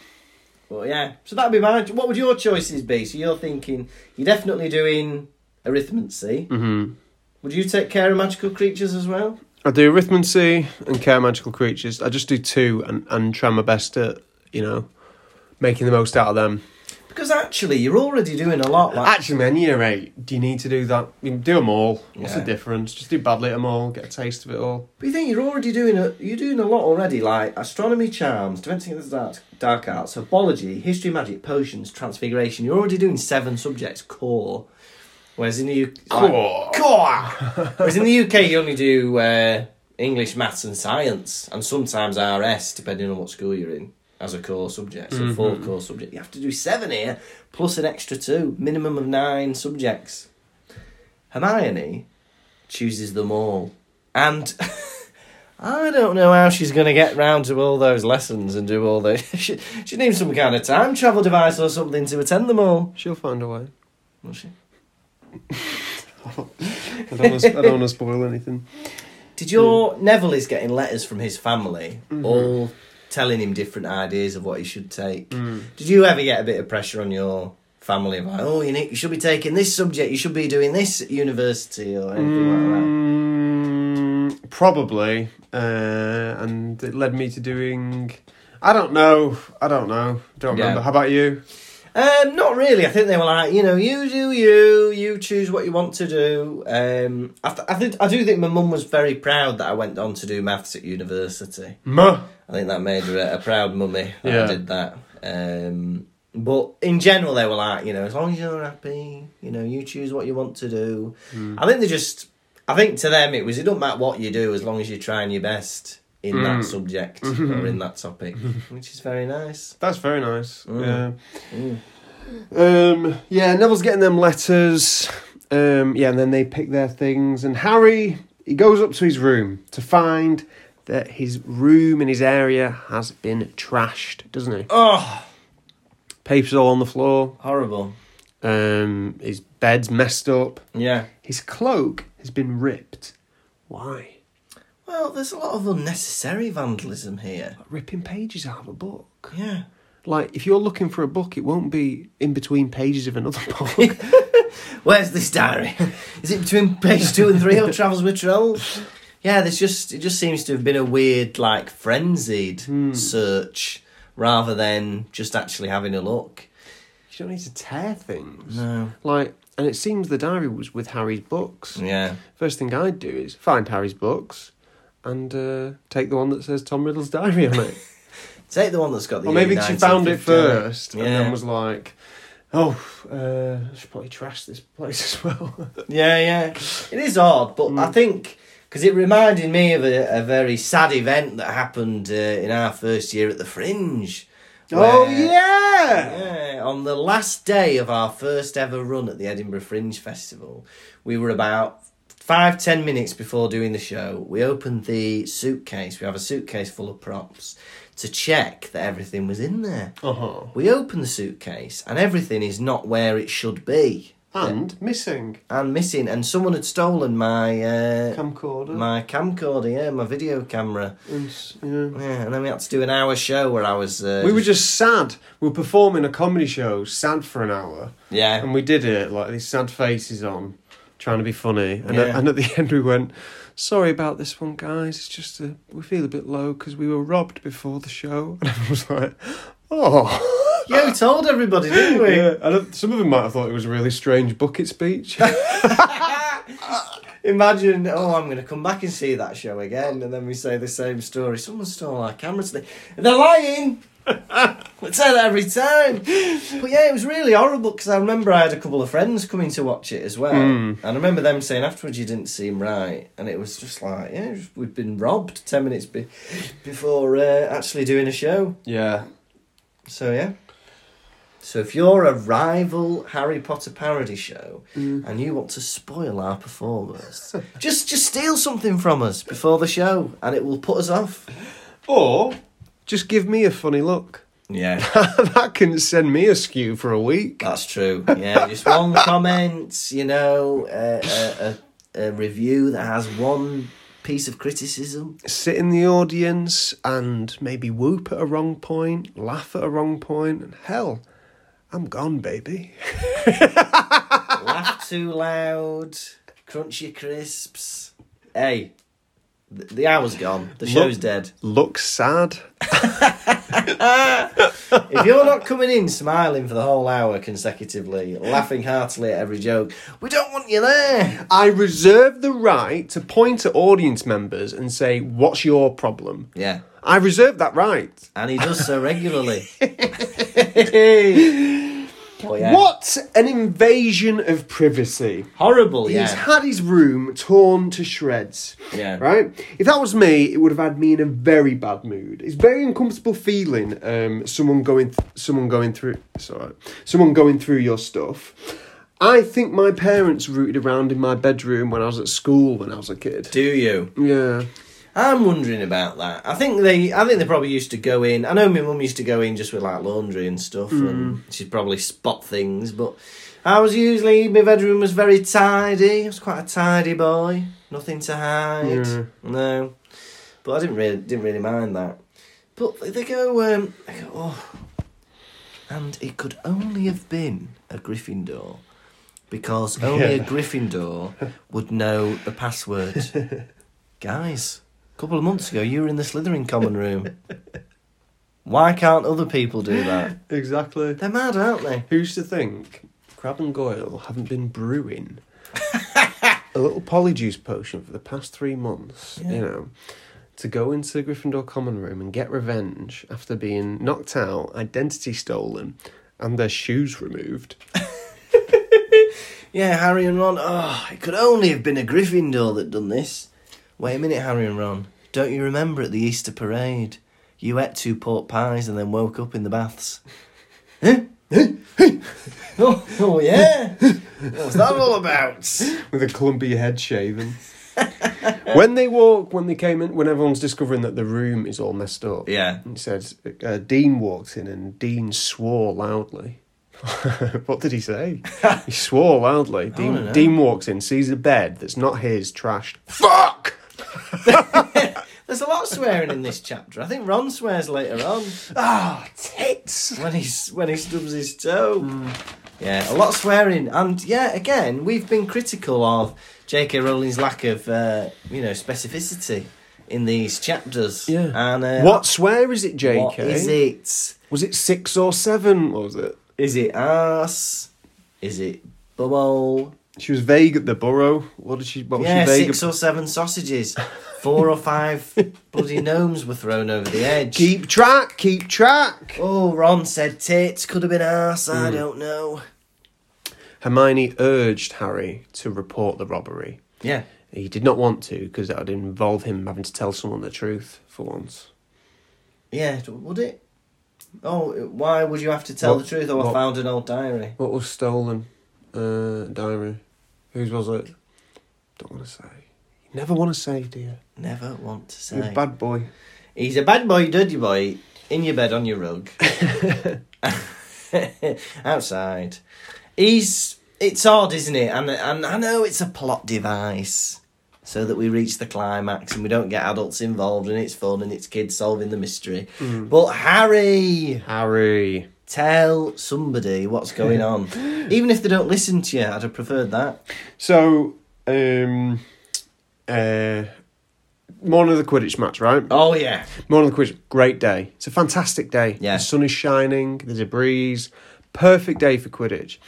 Speaker 3: Well, yeah. So that'd be my. What would your choices be? So you're thinking you're definitely doing arithmancy. Mm-hmm. Would you take care of magical creatures as well?
Speaker 1: I do arithmancy and care magical creatures. I just do two and, and try my best at, you know, making the most out of them.
Speaker 3: Because actually, you're already doing a lot. Like,
Speaker 1: Actually, man, year eight, do you need to do that? I mean, do them all. What's the
Speaker 3: Yeah.
Speaker 1: difference? Just do badly at them all, get a taste of it all.
Speaker 3: but you think you're already doing a you're doing a lot already, like astronomy, charms, defensing of the dark, dark arts, herbology, history, magic, potions, transfiguration. You're already doing seven subjects core. Whereas in the U- like-
Speaker 1: Core.
Speaker 3: core. Whereas in the UK, you only do uh, English, maths, and science, and sometimes RS, depending on what school you're in, as a core subject. So four core subject. You have to do seven here, plus an extra two, minimum of nine subjects. Hermione chooses them all, and. I don't know how she's going to get round to all those lessons and do all those. she, she needs some kind of time travel device or something to attend them all.
Speaker 1: She'll find a way.
Speaker 3: Will she?
Speaker 1: I don't, want to, I don't want to spoil anything.
Speaker 3: Did your Neville is getting letters from his family, all telling him different ideas of what he should take? Did you ever get a bit of pressure on your family about, oh, you need, you should be taking this subject, you should be doing this at university or anything
Speaker 1: Hmm.
Speaker 3: like
Speaker 1: Mm, probably, uh, and it led me to doing. I don't know. I don't know. Don't
Speaker 3: Yeah.
Speaker 1: remember. How about you?
Speaker 3: that? Um, not really. I think they were like, you know, you do you, you choose what you want to do. Um, I, th- I think I do think my mum was very proud that I went on to do maths at university.
Speaker 1: Muh.
Speaker 3: I think that made her a, a proud mummy that I
Speaker 1: Yeah.
Speaker 3: did that. Um, but in general, they were like, you know, as long as you're happy, you know, you choose what you want to do. I think they just, I think to them it was, it doesn't matter what you do as long as you're trying your best in that subject or in that topic, which is very nice.
Speaker 1: That's very nice.
Speaker 3: Mm.
Speaker 1: Yeah. Um, yeah, Neville's getting them letters. Um, yeah, and then they pick their things. And Harry, he goes up to his room to find that his room in his area has been trashed, doesn't he?
Speaker 3: Oh,
Speaker 1: Papers all on the floor.
Speaker 3: horrible.
Speaker 1: Um, his bed's messed up.
Speaker 3: Yeah.
Speaker 1: His cloak has been ripped. Why?
Speaker 3: Well, there's a lot of unnecessary vandalism here.
Speaker 1: Ripping pages out of a book.
Speaker 3: Yeah.
Speaker 1: Like, if you're looking for a book, it won't be in between pages of another book.
Speaker 3: Where's this diary? Is it between page two and three or Travels with Trolls? Yeah, there's just it just seems to have been a weird, like frenzied
Speaker 1: Hmm.
Speaker 3: search rather than just actually having a look.
Speaker 1: you don't need to tear things.
Speaker 3: No.
Speaker 1: Like, and it seems the diary was with Harry's books.
Speaker 3: Yeah.
Speaker 1: First thing I'd do is find Harry's books and uh, take the one that says Tom Riddle's diary on it.
Speaker 3: Take the one that's got the.
Speaker 1: or maybe
Speaker 3: year
Speaker 1: she found it
Speaker 3: 1958.
Speaker 1: first and
Speaker 3: Yeah.
Speaker 1: then was like, oh, uh, I should probably trash this place as well.
Speaker 3: yeah, yeah. It is odd, but
Speaker 1: Mm.
Speaker 3: I think because it reminded me of a, a very sad event that happened uh, in our first year at the Fringe.
Speaker 1: oh,
Speaker 3: where-
Speaker 1: yeah!
Speaker 3: Yeah, on the last day of our first ever run at the Edinburgh Fringe Festival, we were about five, ten minutes before doing the show. We opened the suitcase, we have a suitcase full of props to check that everything was in there.
Speaker 1: Uh-huh.
Speaker 3: We open the suitcase and everything is not where it should be.
Speaker 1: And missing
Speaker 3: And missing, and someone had stolen my uh,
Speaker 1: camcorder.
Speaker 3: my camcorder, yeah, my video camera,
Speaker 1: and s- yeah.
Speaker 3: yeah, and then we had to do an hour show where I was. Uh,
Speaker 1: We were just sad. We were performing a comedy show, sad for an hour,
Speaker 3: yeah,
Speaker 1: and we did it like these sad faces on, trying to be funny. And,
Speaker 3: Yeah.
Speaker 1: and at the end, we went, "Sorry about this one, guys. It's just uh, we feel a bit low because we were robbed before the show." And everyone was like, "Oh."
Speaker 3: Yeah, we told everybody, didn't we?
Speaker 1: Yeah, I don't, some of them might have thought it was a really strange bucket speech.
Speaker 3: Imagine, oh, I'm going to come back and see that show again, and then we say the same story. Someone stole our camera today. They're lying! we say that every time. But yeah, it was really horrible because I remember I had a couple of friends coming to watch it as well. And I remember them saying afterwards you didn't seem right. And it was just like, yeah, it was- we'd been robbed 10 minutes be- before uh, actually doing a show.
Speaker 1: yeah.
Speaker 3: So yeah. So if you're a rival Harry Potter parody show and you want to spoil our performance, just just steal something from us before the show and it will put us off.
Speaker 1: Or just give me a funny look.
Speaker 3: Yeah,
Speaker 1: that can send me askew for a week.
Speaker 3: that's true. Yeah, just one comment, you know, a, a, a, a review that has one piece of criticism.
Speaker 1: Sit in the audience and maybe whoop at a wrong point, laugh at a wrong point, and hell, I'm gone, baby.
Speaker 3: laugh too loud, crunch your crisps. Hey, th- the hour's gone. The show's
Speaker 1: Look-
Speaker 3: dead.
Speaker 1: Looks sad.
Speaker 3: if you're not coming in smiling for the whole hour consecutively, laughing heartily at every joke, we don't want you there.
Speaker 1: I reserve the right to point at audience members and say, What's your problem?
Speaker 3: Yeah.
Speaker 1: I reserve that right.
Speaker 3: And he does so regularly. Oh, yeah.
Speaker 1: What an invasion of privacy.
Speaker 3: Horrible,
Speaker 1: He's
Speaker 3: yeah.
Speaker 1: had his room torn to shreds.
Speaker 3: Yeah.
Speaker 1: Right? If that was me, it would have had me in a very bad mood. It's a very uncomfortable feeling um someone going th- someone going through sorry. Someone going through your stuff. I think my parents rooted around in my bedroom when I was at school when I was a kid.
Speaker 3: Do you?
Speaker 1: yeah.
Speaker 3: I'm wondering about that. I think they, I think they probably used to go in. I know my mum used to go in just with like laundry and stuff, and she'd probably spot things. But I was usually my bedroom was very tidy. I was quite a tidy boy. Nothing to hide.
Speaker 1: Yeah.
Speaker 3: No, but I didn't really didn't really mind that. But they- they go, um, they go, oh, and it could only have been a Gryffindor. Because only a
Speaker 1: Yeah.
Speaker 3: Gryffindor would know the password. Guys, a couple of months ago, you were in the Slytherin common room. Why can't other people do that?
Speaker 1: Exactly.
Speaker 3: They're mad, aren't they?
Speaker 1: Who's to think Crab and Goyle haven't been brewing a little polyjuice potion for the past three months,
Speaker 3: Yeah.
Speaker 1: you know, to go into the Gryffindor common room and get revenge after being knocked out, identity stolen, and their shoes removed?
Speaker 3: Yeah, Harry and Ron. Oh, it could only have been a Gryffindor that done this. Wait a minute, Harry and Ron. Don't you remember at the Easter parade? You ate two pork pies and then woke up in the baths. oh, oh, yeah. What's that all about?
Speaker 1: With a clumpy head shaven. when they walk, when they came in, when everyone's discovering that the room is all messed up.
Speaker 3: Yeah.
Speaker 1: And says, uh, Dean walked in and Dean swore loudly. what did he say? he swore loudly.
Speaker 3: don't know.
Speaker 1: Dean, Dean walks in, sees a bed that's not his, trashed. Fuck!
Speaker 3: There's a lot of swearing in this chapter. I think Ron swears later on.
Speaker 1: Ah, tits!
Speaker 3: when he when he stubs his toe. Yeah, a lot of swearing, and yeah, again, we've been critical of J.K. Rowling's lack of uh, you know specificity in these chapters.
Speaker 1: Yeah.
Speaker 3: and uh,
Speaker 1: what swear is it, JK?
Speaker 3: what is it?
Speaker 1: Was it six or seven? What was it?
Speaker 3: Is it ass? Is it bubble?
Speaker 1: She was vague at the borough. What did she? What was
Speaker 3: Yeah,
Speaker 1: she vague?
Speaker 3: six or seven sausages. Four or five bloody gnomes were thrown over the edge.
Speaker 1: keep track. Keep track.
Speaker 3: Oh, Ron said tits. Could have been ass. I
Speaker 1: Mm.
Speaker 3: don't know.
Speaker 1: Hermione urged Harry to report the robbery.
Speaker 3: Yeah.
Speaker 1: He did not want to because that would involve him having to tell someone the truth for once.
Speaker 3: Yeah, d- would it? Oh, why would you have to tell
Speaker 1: What-
Speaker 3: the truth? Oh, I
Speaker 1: what-
Speaker 3: found an old diary.
Speaker 1: What was stolen? Uh, diary. Whose was it? Don't want to say. You never want to say, dear.
Speaker 3: Never want to say.
Speaker 1: You're a bad boy.
Speaker 3: He's a bad boy, dirty boy, in your bed on your rug, outside. He's. It's odd, isn't it? And and I know it's a plot device, so that we reach the climax and we don't get adults involved, and it's fun and it's kids solving the mystery.
Speaker 1: Mm.
Speaker 3: But Harry.
Speaker 1: Harry.
Speaker 3: Tell somebody what's going on. Even if they don't listen to you, I'd have preferred that.
Speaker 1: So, um, uh, morning of the Quidditch match, right?
Speaker 3: Oh yeah.
Speaker 1: Morning of the Quidditch, great day. It's a fantastic day.
Speaker 3: Yeah.
Speaker 1: The sun is shining, there's a breeze. Perfect day for Quidditch.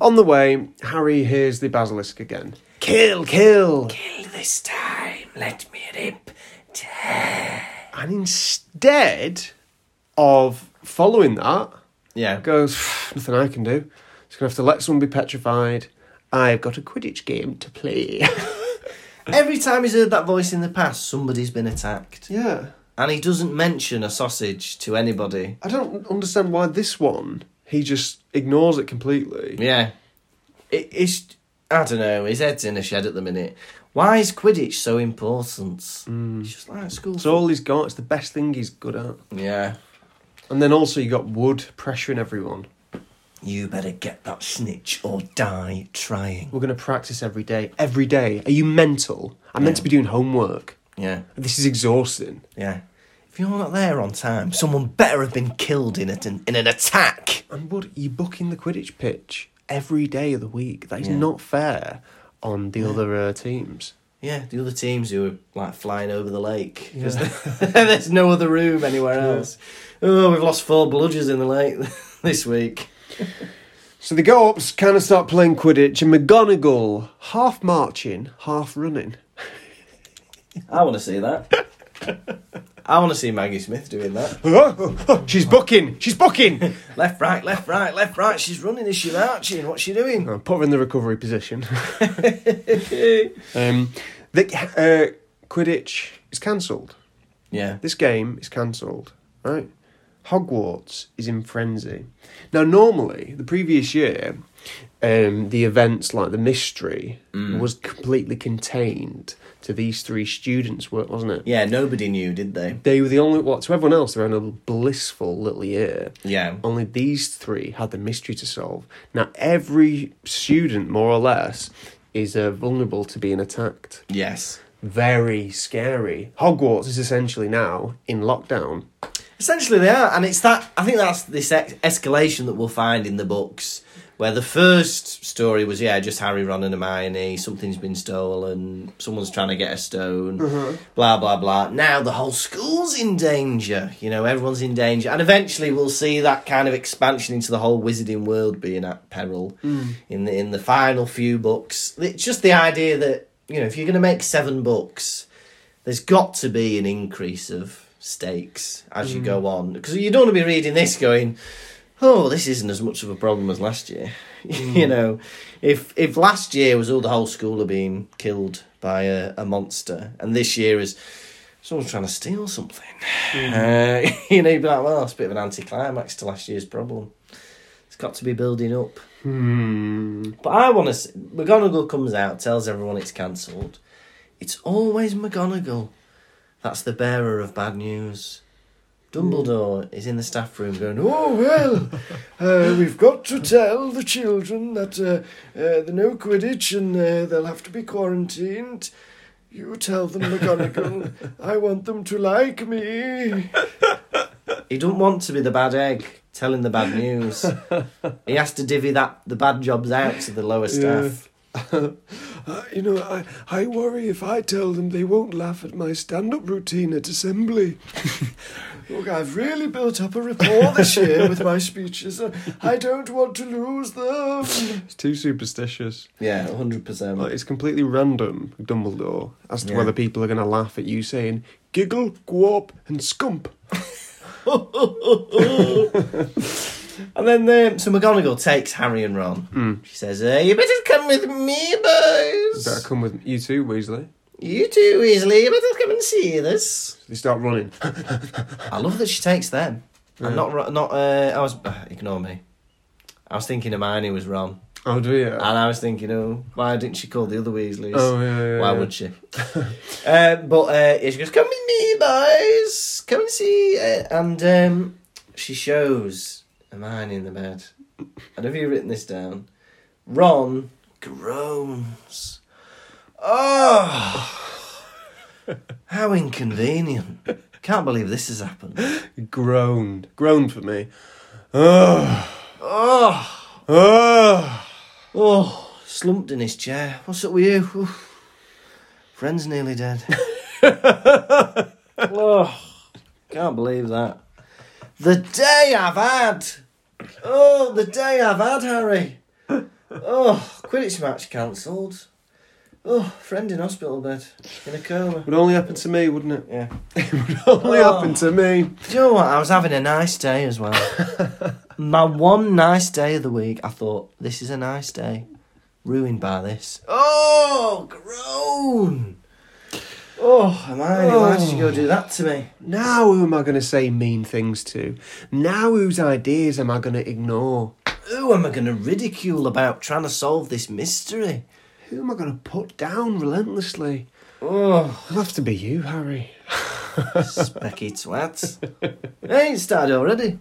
Speaker 1: On the way, Harry hears the basilisk again. Kill, kill!
Speaker 3: Kill this time. Let me rip.
Speaker 1: And instead of following that,
Speaker 3: Yeah.
Speaker 1: goes, "Phew, nothing I can do. Just gonna have to let someone be petrified. I've got a Quidditch game to play.
Speaker 3: Every time he's heard that voice in the past, somebody's been attacked.
Speaker 1: yeah.
Speaker 3: And he doesn't mention a sausage to anybody.
Speaker 1: I don't understand why this one, he just ignores it completely.
Speaker 3: Yeah. It, it's. I don't know. His head's in a shed at the minute. Why is Quidditch so important? It's just like school.
Speaker 1: It's all he's got, it's the best thing he's good at.
Speaker 3: yeah.
Speaker 1: And then also you got Wood pressuring everyone.
Speaker 3: You better get that snitch or die trying.
Speaker 1: We're gonna practice every day. Every day. Are you mental? I'm meant to be doing homework.
Speaker 3: Yeah.
Speaker 1: This is exhausting.
Speaker 3: Yeah. If you're not there on time, someone better have been killed in, a, in an attack.
Speaker 1: And Wood, you booking the Quidditch pitch every day of the week. That is
Speaker 3: Yeah.
Speaker 1: not fair on the other uh, teams.
Speaker 3: Yeah, the other teams who are like flying over the lake. 'cause there's no other room anywhere else. Oh, we've lost four bludgers in the lake this week.
Speaker 1: So the go ups kind of start playing Quidditch, and McGonagall half marching, half running.
Speaker 3: I want to see that. I want to see Maggie Smith doing that.
Speaker 1: she's booking, she's booking.
Speaker 3: Left, right, left, right, left, right. She's running. Is she marching? What's she doing?
Speaker 1: Oh, put her in the recovery position. um, the uh, Quidditch is cancelled.
Speaker 3: Yeah.
Speaker 1: This game is cancelled, right? Hogwarts is in frenzy. Now, normally, the previous year, um, the events like the mystery was completely contained to these three students, wa- wasn't it?
Speaker 3: Yeah, nobody knew, did they?
Speaker 1: They were the only, well, to everyone else, they were in a blissful little year.
Speaker 3: Yeah.
Speaker 1: Only these three had the mystery to solve. Now, every student, more or less, is uh, vulnerable to being attacked.
Speaker 3: Yes.
Speaker 1: Very scary. Hogwarts is essentially now in lockdown.
Speaker 3: Essentially, they are, and it's that. I think that's this ex- escalation that we'll find in the books, where the first story was yeah, just Harry, Ron, and Hermione. Something's been stolen. Someone's trying to get a stone. Blah blah blah. Now the whole school's in danger. You know, everyone's in danger, and eventually we'll see that kind of expansion into the whole wizarding world being at peril in the in the final few books. It's just the idea that you know, if you're going to make seven books there's got to be an increase of stakes as you go on because you don't want to be reading this going oh this isn't as much of a problem as last year you know if if last year was all the whole school are being killed by a, a monster and this year is someone's trying to steal something uh, you know you'd be like well it's a bit of an anticlimax to last year's problem it's got to be building up
Speaker 5: Mm.
Speaker 1: Hmm.
Speaker 3: but I want to. McGonagall comes out, tells everyone it's cancelled. It's always McGonagall. That's the bearer of bad news. Dumbledore is in the staff room going, "Oh well, uh, we've got to tell the children that uh, uh, the no Quidditch and uh, they'll have to be quarantined." You tell them, McGonagall. I want them to like me. He don't want to be the bad egg telling the bad news. He has to divvy that the bad jobs out to the lower staff.
Speaker 5: Uh, you know, I, I worry if I tell them they won't laugh at my stand up routine at assembly. Look, I've really built up a rapport this year with my speeches. Uh, I don't want to lose them.
Speaker 1: It's too superstitious.
Speaker 3: Yeah, hundred percent.
Speaker 1: Like, it's completely random, Dumbledore, as to
Speaker 3: Yeah.
Speaker 1: whether people are going to laugh at you saying, giggle, guap, and scump.
Speaker 3: And then um, so McGonagall takes Harry and Ron. She says, uh, "You better come with me, boys.
Speaker 1: Better come with you too, Weasley.
Speaker 3: You too, Weasley. You better come and see this."
Speaker 1: They start running.
Speaker 3: I love that she takes them. And not Ro- not. Uh, I was ignore me. I was thinking Hermione was Ron,
Speaker 1: Oh, do you?
Speaker 3: and I was thinking, oh, why didn't she call the other Weasleys?
Speaker 1: Oh, yeah, yeah,
Speaker 3: Why
Speaker 1: yeah.
Speaker 3: would she? um, but uh, yeah, she goes, "Come with me, boys. Come and see." Uh, and um, she shows Hermione in the bed. And have you written this down? Ron groans. Oh, how inconvenient! Can't believe this has happened.
Speaker 1: Groaned. Groaned for me. Ugh.
Speaker 3: Oh,
Speaker 1: Ugh.
Speaker 3: oh, slumped in his chair. What's up with you? Oof. Friend's nearly dead. Oh, can't believe that. The day I've had. Oh, the day I've had, Harry. Oh, Quidditch match cancelled. Oh, friend in hospital bed, in a coma.
Speaker 1: Would only happen to me, wouldn't it?
Speaker 3: Yeah.
Speaker 1: Only
Speaker 3: Oh.
Speaker 1: happen to me.
Speaker 3: Do you know what? I was having a nice day as well. My one nice day of the week, I thought, this is a nice day. Ruined by this. Oh, groan! Oh, am I? Why did you go do that to me?
Speaker 1: Now who am I going to say mean things to? Now whose ideas am I going to ignore?
Speaker 3: Who am I going to ridicule about trying to solve this mystery?
Speaker 1: Who am I going to put down relentlessly?
Speaker 3: Oh,
Speaker 1: It'll have to be you, Harry.
Speaker 3: specky twat. hey, it started already.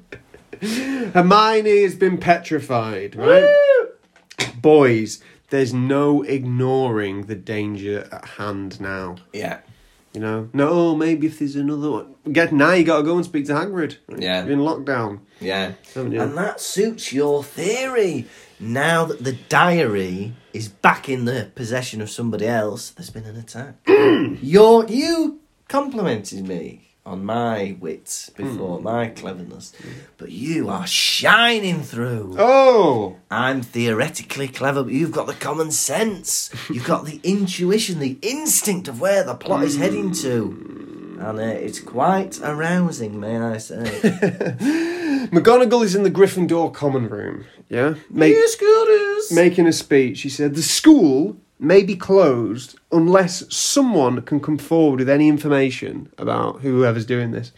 Speaker 1: Hermione has been petrified, right? Boys, there's no ignoring the danger at hand now.
Speaker 3: Yeah.
Speaker 1: You know, no, oh, maybe if there's another one. Get now, you gotta go and speak to Hagrid.
Speaker 3: Yeah.
Speaker 1: You're in lockdown,
Speaker 3: Yeah.
Speaker 1: haven't you?
Speaker 3: And that suits your theory. Now that the diary is back in the possession of somebody else, there's been an attack. You're, you complimented me on my wit before, my cleverness, but you are shining through.
Speaker 1: oh!
Speaker 3: I'm theoretically clever, but you've got the common sense. You've got the intuition, the instinct of where the plot is heading to. And uh, it's quite arousing, may I say.
Speaker 1: McGonagall is in the Gryffindor common room, yeah? Make,
Speaker 3: scooters!
Speaker 1: making a speech. He said, The school may be closed unless someone can come forward with any information about whoever's doing this.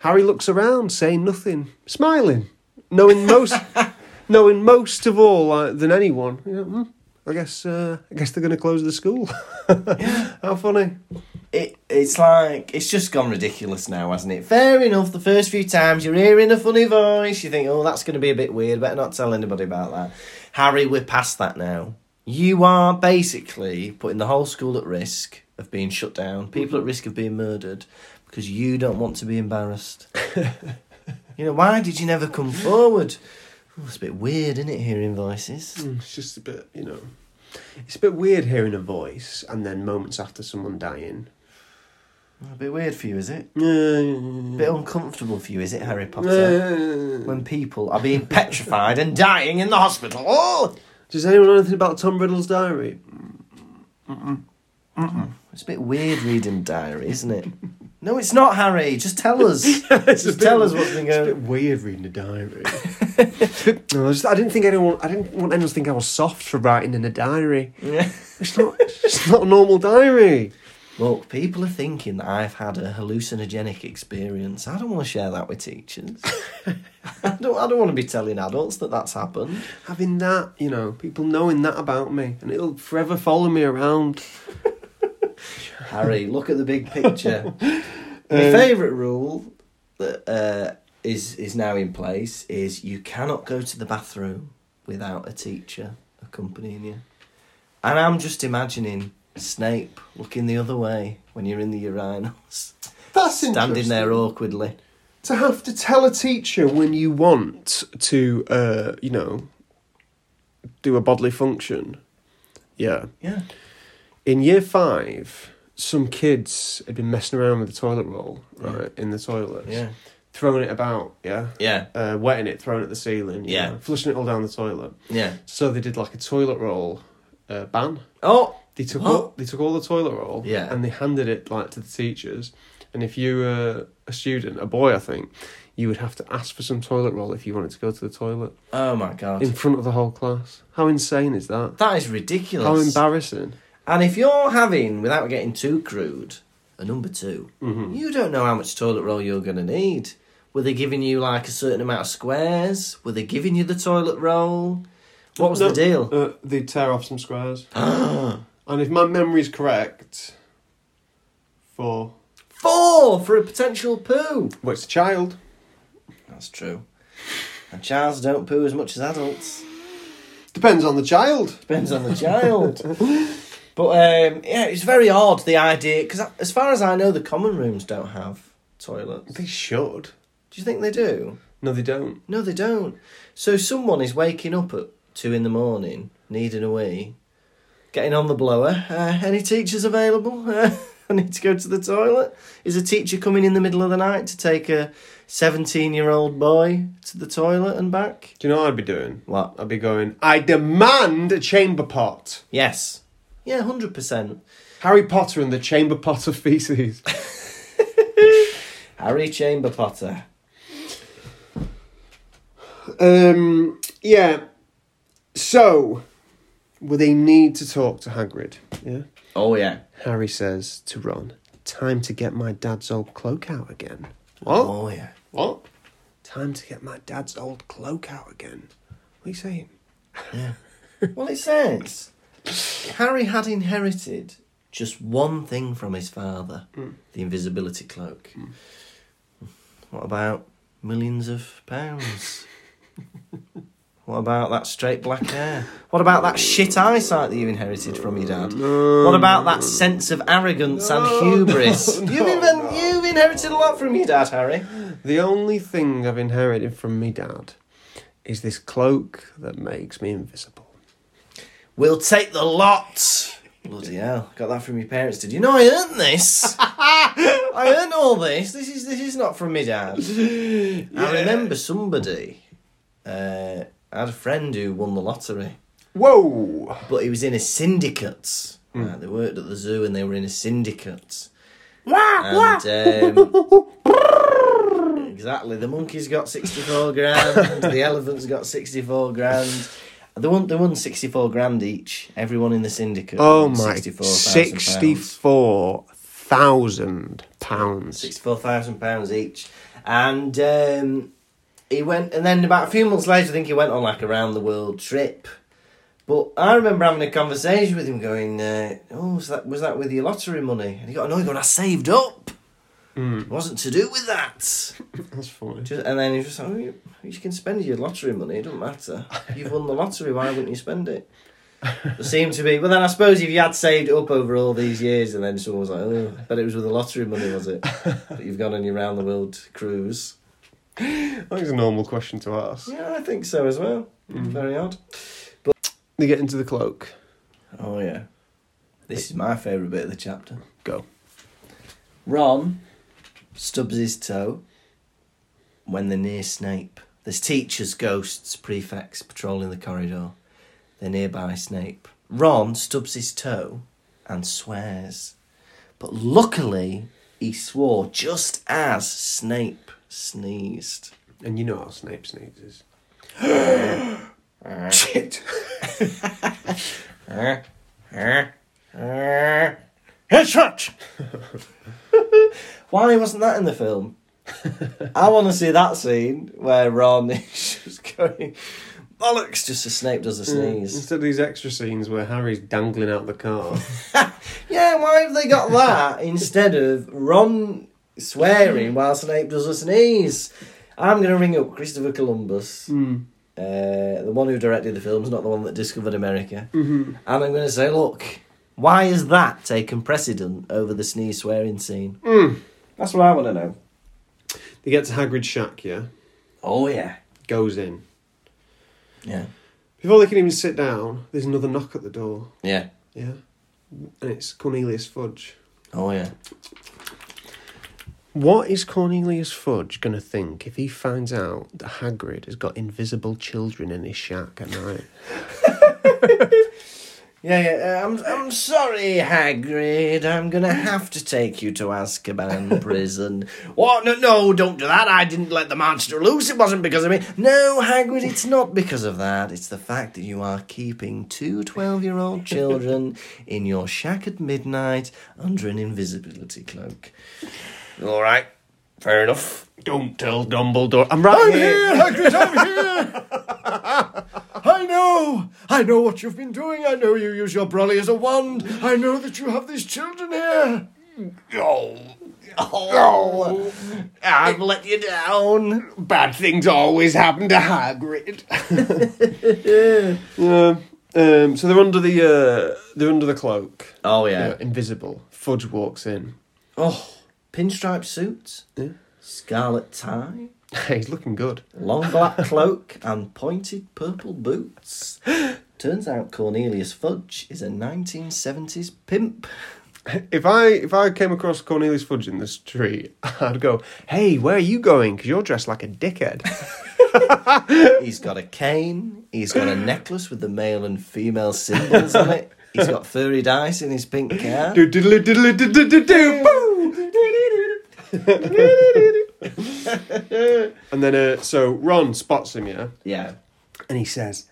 Speaker 1: Harry looks around, saying nothing, smiling, knowing most, knowing most of all uh, than anyone. You know, "Hmm, I guess, uh, I guess they're going to close the school. How funny!
Speaker 3: it, it's like it's just gone ridiculous now, hasn't it? Fair enough. The first few times you're hearing a funny voice, you think, "Oh, that's going to be a bit weird. Better not tell anybody about that." Harry, we're past that now. You are basically putting the whole school at risk of being shut down. People at risk of being murdered because you don't want to be embarrassed. you know why did you never come forward? Oh, it's a bit weird, isn't it? Hearing voices.
Speaker 1: Hmm, It's just a bit, you know, it's a bit weird hearing a voice and then moments after someone dying.
Speaker 3: A bit weird for you, is it? A
Speaker 1: Yeah.
Speaker 3: bit uncomfortable for you, is it, Harry Potter?
Speaker 1: Mm. Yeah.
Speaker 3: when people are being petrified and dying in the hospital. Oh,
Speaker 1: Does anyone know anything about Tom Riddle's diary?
Speaker 3: it's a bit weird reading diary, isn't it? No, it's not, Harry. Just tell us. Just tell us what's been
Speaker 1: It's a
Speaker 3: going.
Speaker 1: bit weird reading a diary. no, I, just- I didn't think anyone. I didn't want anyone to think I was soft for writing in a diary.
Speaker 3: Yeah.
Speaker 1: It's not. it's not a normal diary.
Speaker 3: Look, people are thinking that I've had a hallucinogenic experience. I don't want to share that with teachers. I don't. I don't want to be telling adults that that's happened.
Speaker 1: Having that, you know, people knowing that about me, and it'll forever follow me around.
Speaker 3: Harry, look at the big picture.
Speaker 1: Um,
Speaker 3: My favourite rule that uh, is is now in place is you cannot go to the bathroom without a teacher accompanying you. And I'm just imagining Snape looking the other way when you're in the urinals,
Speaker 1: That's
Speaker 3: standing
Speaker 1: interesting.
Speaker 3: there awkwardly.
Speaker 1: To have to tell a teacher when you want to, uh, you know, do a bodily function. Yeah.
Speaker 3: Yeah.
Speaker 1: in year five, some kids had been messing around with the toilet roll, right, in the toilets.
Speaker 3: Yeah.
Speaker 1: Throwing it about, yeah.
Speaker 3: Yeah.
Speaker 1: Uh, wetting it, throwing it at the ceiling, you
Speaker 3: Yeah.
Speaker 1: know, flushing it all down the toilet.
Speaker 3: Yeah.
Speaker 1: So they did like a toilet roll uh, ban.
Speaker 3: Oh.
Speaker 1: They took
Speaker 3: What?
Speaker 1: all, they took all the toilet roll,
Speaker 3: Yeah.
Speaker 1: and they handed it like to the teachers. And if you were a student, a boy, I think, you would have to ask for some toilet roll if you wanted to go to the toilet
Speaker 3: Oh my god.
Speaker 1: in front of the whole class. How insane is that?
Speaker 3: that is
Speaker 1: How
Speaker 3: ridiculous.
Speaker 1: embarrassing!
Speaker 3: And if you're having, without getting too crude, a number 2 you don't know how much toilet roll you're going to need. Were they giving you like a certain amount of squares? Were they giving you the toilet roll? What was
Speaker 1: No,
Speaker 3: the deal?
Speaker 1: Uh, they'd tear off some squares. and if my memory's correct, for
Speaker 3: Four for a potential poo.
Speaker 1: well, it's a child.
Speaker 3: That's true. And childs don't poo as much as adults.
Speaker 1: Depends on the child.
Speaker 3: Depends on the child. But um, yeah, it's very odd the idea because as far as I know, the common rooms don't have toilets.
Speaker 1: They should.
Speaker 3: Do you think they do?
Speaker 1: No, they don't.
Speaker 3: No, they don't. So someone is waking up at two in the morning, needing a wee, getting on the blower. Uh, any teachers available? Uh, I need to go to the toilet. Is a teacher coming in the middle of the night to take a 17 year old boy to the toilet and back?
Speaker 1: Do you know what I'd be doing?
Speaker 3: What?
Speaker 1: I'd be going, I demand a chamber pot.
Speaker 3: Yes. Yeah, 100%.
Speaker 1: Harry Potter and the chamber pot of feces.
Speaker 3: Harry Chamber Potter.
Speaker 1: um, yeah. So, well, they need to talk to Hagrid. Yeah.
Speaker 3: Oh, yeah.
Speaker 1: Harry says to Ron, "Time to get my dad's old cloak out again." What?
Speaker 3: Oh, yeah.
Speaker 1: What? Time to get my dad's old cloak out again. What are you saying?
Speaker 3: Well, it says Harry had inherited just one thing from his father the invisibility cloak. What about millions of pounds? what about that straight black hair? What about that shit eyesight that you inherited from your dad? what about that sense of arrogance and hubris? you've, even, you've inherited a lot from your dad, Harry.
Speaker 1: The only thing I've inherited from me dad is this cloak that makes me invisible.
Speaker 3: We'll take the lot. Bloody hell! Got that from your parents, did you? No, I earned this. I earned all this. This is this is not from me, Dad. I remember somebody. Uh, I had a friend who won the lottery,
Speaker 1: Whoa!
Speaker 3: but he was in a syndicate. Right, they worked at the zoo and they were in a syndicate. And, um, exactly, the monkeys got sixty-four grand. the elephants got sixty-four grand. They won. They won sixty-four grand each. Everyone in the syndicate.
Speaker 1: Oh
Speaker 3: won
Speaker 1: my!
Speaker 3: 64,000 pounds.
Speaker 1: Sixty-four thousand pounds.
Speaker 3: sixty-four thousand pounds each, and um, he went. And then about a few months later, I think he went on like a round the world trip. But I remember having a conversation with him, going, uh, "Oh, was that was that with your lottery money?" And he got annoyed, going, "I saved up.
Speaker 1: Hmm.
Speaker 3: It wasn't to do with that."
Speaker 1: That's funny.
Speaker 3: Just, and then he was just like, oh, you, you can spend your lottery money, it doesn't matter. You've won the lottery, why wouldn't you spend it? It seemed to be. Well, then I suppose if you had saved up over all these years and then someone was like, oh, but it was with the lottery money, was it? But you've gone on your round the world cruise.
Speaker 1: That is a normal question to ask.
Speaker 3: Yeah, I think so as well. Very odd.
Speaker 1: They get into the cloak.
Speaker 3: Oh, yeah. This is my favourite bit of the chapter.
Speaker 1: Go.
Speaker 3: Ron stubs his toe when they're near Snape. There's teachers, ghosts, prefects patrolling the corridor. They're nearby Snape. Ron stubs his toe and swears. But luckily, he swore just as Snape sneezed.
Speaker 1: And you know how Snape sneezes.
Speaker 3: Shit!
Speaker 5: Headshot!
Speaker 3: Why wasn't that in the film? I want to see that scene where Ron is just going bollocks, just as Snape does a sneeze.
Speaker 1: Instead of these extra scenes where Harry's dangling out the car.
Speaker 3: Yeah, why have they got that instead of Ron swearing while Snape does a sneeze? I'm going to ring up Christopher Columbus, uh, the one who directed the films, not the one that discovered America. Mm-hmm. And I'm going to say, look, why is that taken precedent over the sneeze swearing scene? That's what I want to know.
Speaker 1: Hmm. they get to Hagrid's shack, yeah?
Speaker 3: Oh, yeah.
Speaker 1: Goes in.
Speaker 3: Yeah.
Speaker 1: Before they can even sit down, there's another knock at the door,
Speaker 3: Yeah.
Speaker 1: yeah? And it's Cornelius Fudge.
Speaker 3: Oh, yeah.
Speaker 1: What is Cornelius Fudge going to think if he finds out that Hagrid has got invisible children in his shack at night?
Speaker 3: Yeah, yeah. uh, I'm, I'm sorry, Hagrid. I'm gonna have to take you to Azkaban prison. What? No, no, don't do that. I didn't let the monster loose. It wasn't because of me. No, Hagrid, it's not because of that. It's the fact that you are keeping two 12 year old children in your shack at midnight under an invisibility cloak. All right. Fair enough.
Speaker 1: Don't tell Dumbledore. I'm right here.
Speaker 5: Hagrid, I'm here! I know! I know what you've been doing. I know you use your brolly as a wand. I know that you have these children here.
Speaker 3: Oh, I've let you down.
Speaker 1: Bad things always happen to Hagrid. yeah. Um, so they're under the uh, they're under the cloak.
Speaker 3: Oh,
Speaker 1: They're invisible. Fudge walks in.
Speaker 3: Oh, pinstripe suit, scarlet tie,
Speaker 1: He's looking good.
Speaker 3: long black cloak, and pointed purple boots. Turns out Cornelius Fudge is a 1970s pimp.
Speaker 1: If I if I came across Cornelius Fudge in the street, I'd go, "Hey, where are you going? Because you're dressed like a dickhead."
Speaker 3: He's got a cane. He's got a necklace with the male and female symbols on it. He's got furry dice in his pink car.
Speaker 1: Do diddly diddly do do do do boo. And then uh, so Ron spots him, yeah,
Speaker 3: Yeah.
Speaker 1: and he says,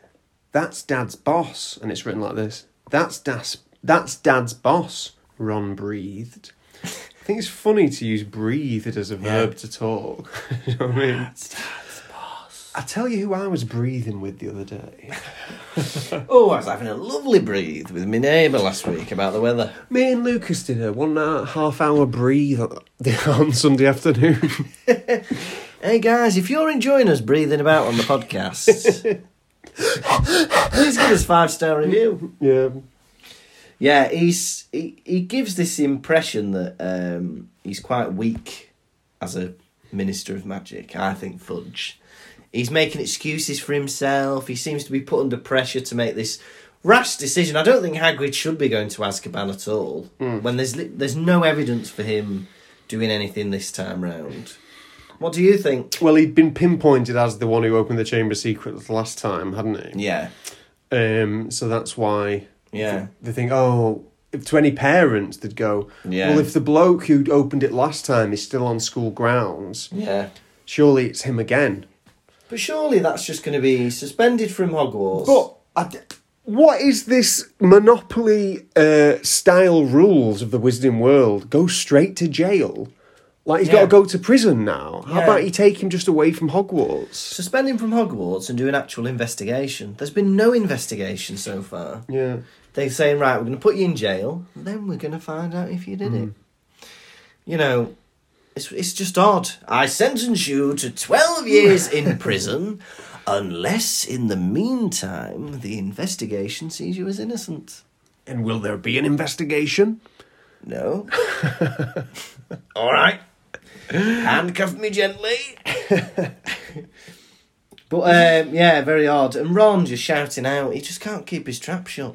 Speaker 1: "That's Dad's boss," and it's written like this: "That's Dad's that's Dad's boss." Ron breathed. I think it's funny to use "breathed" as a verb to talk. you know what I mean? That's Dad's boss. I tell you who I was breathing with the other day.
Speaker 3: Oh, I was having a lovely breathe with my neighbour last week about the weather.
Speaker 1: Me and Lucas did a one and a half hour breathe on- on Sunday afternoon.
Speaker 3: Hey guys, if you're enjoying us breathing about on the podcast, please give us five star review.
Speaker 1: yeah.
Speaker 3: Yeah, he's he, he gives this impression that um, he's quite weak as a minister of magic. I think Fudge. He's making excuses for himself. He seems to be put under pressure to make this rash decision. I don't think Hagrid should be going to Azkaban at all when there's li- there's no evidence for him doing anything this time round. What do you think?
Speaker 1: Well, he'd been pinpointed as the one who opened the Chamber of Secrets last time, hadn't he?
Speaker 3: Yeah.
Speaker 1: Um, so that's why
Speaker 3: Yeah.
Speaker 1: they think, oh, if, to any parents, they'd go,
Speaker 3: Yeah.
Speaker 1: well, if the bloke who opened it last time is still on school grounds,
Speaker 3: Yeah.
Speaker 1: surely it's him again.
Speaker 3: But surely that's just going to be suspended from Hogwarts.
Speaker 1: But I d what is this monopoly uh, style rules of the wizarding world? Go straight to jail. Like he's got
Speaker 3: Yeah.
Speaker 1: to go to prison now. How
Speaker 3: Yeah.
Speaker 1: about you take him just away from Hogwarts?
Speaker 3: suspend him from Hogwarts and do an actual investigation. There's been no investigation so far.
Speaker 1: Yeah.
Speaker 3: They're saying, right, we're going to put you in jail, then we're going to find out if you did it.
Speaker 1: Hmm.
Speaker 3: You know, it's, it's just odd. I sentence you to 12 years in prison, unless in the meantime the investigation sees you as innocent.
Speaker 1: And will there be an investigation?
Speaker 3: No. All right. Handcuff me gently. but um, yeah, very odd. And Ron just shouting out, he just can't keep his trap shut.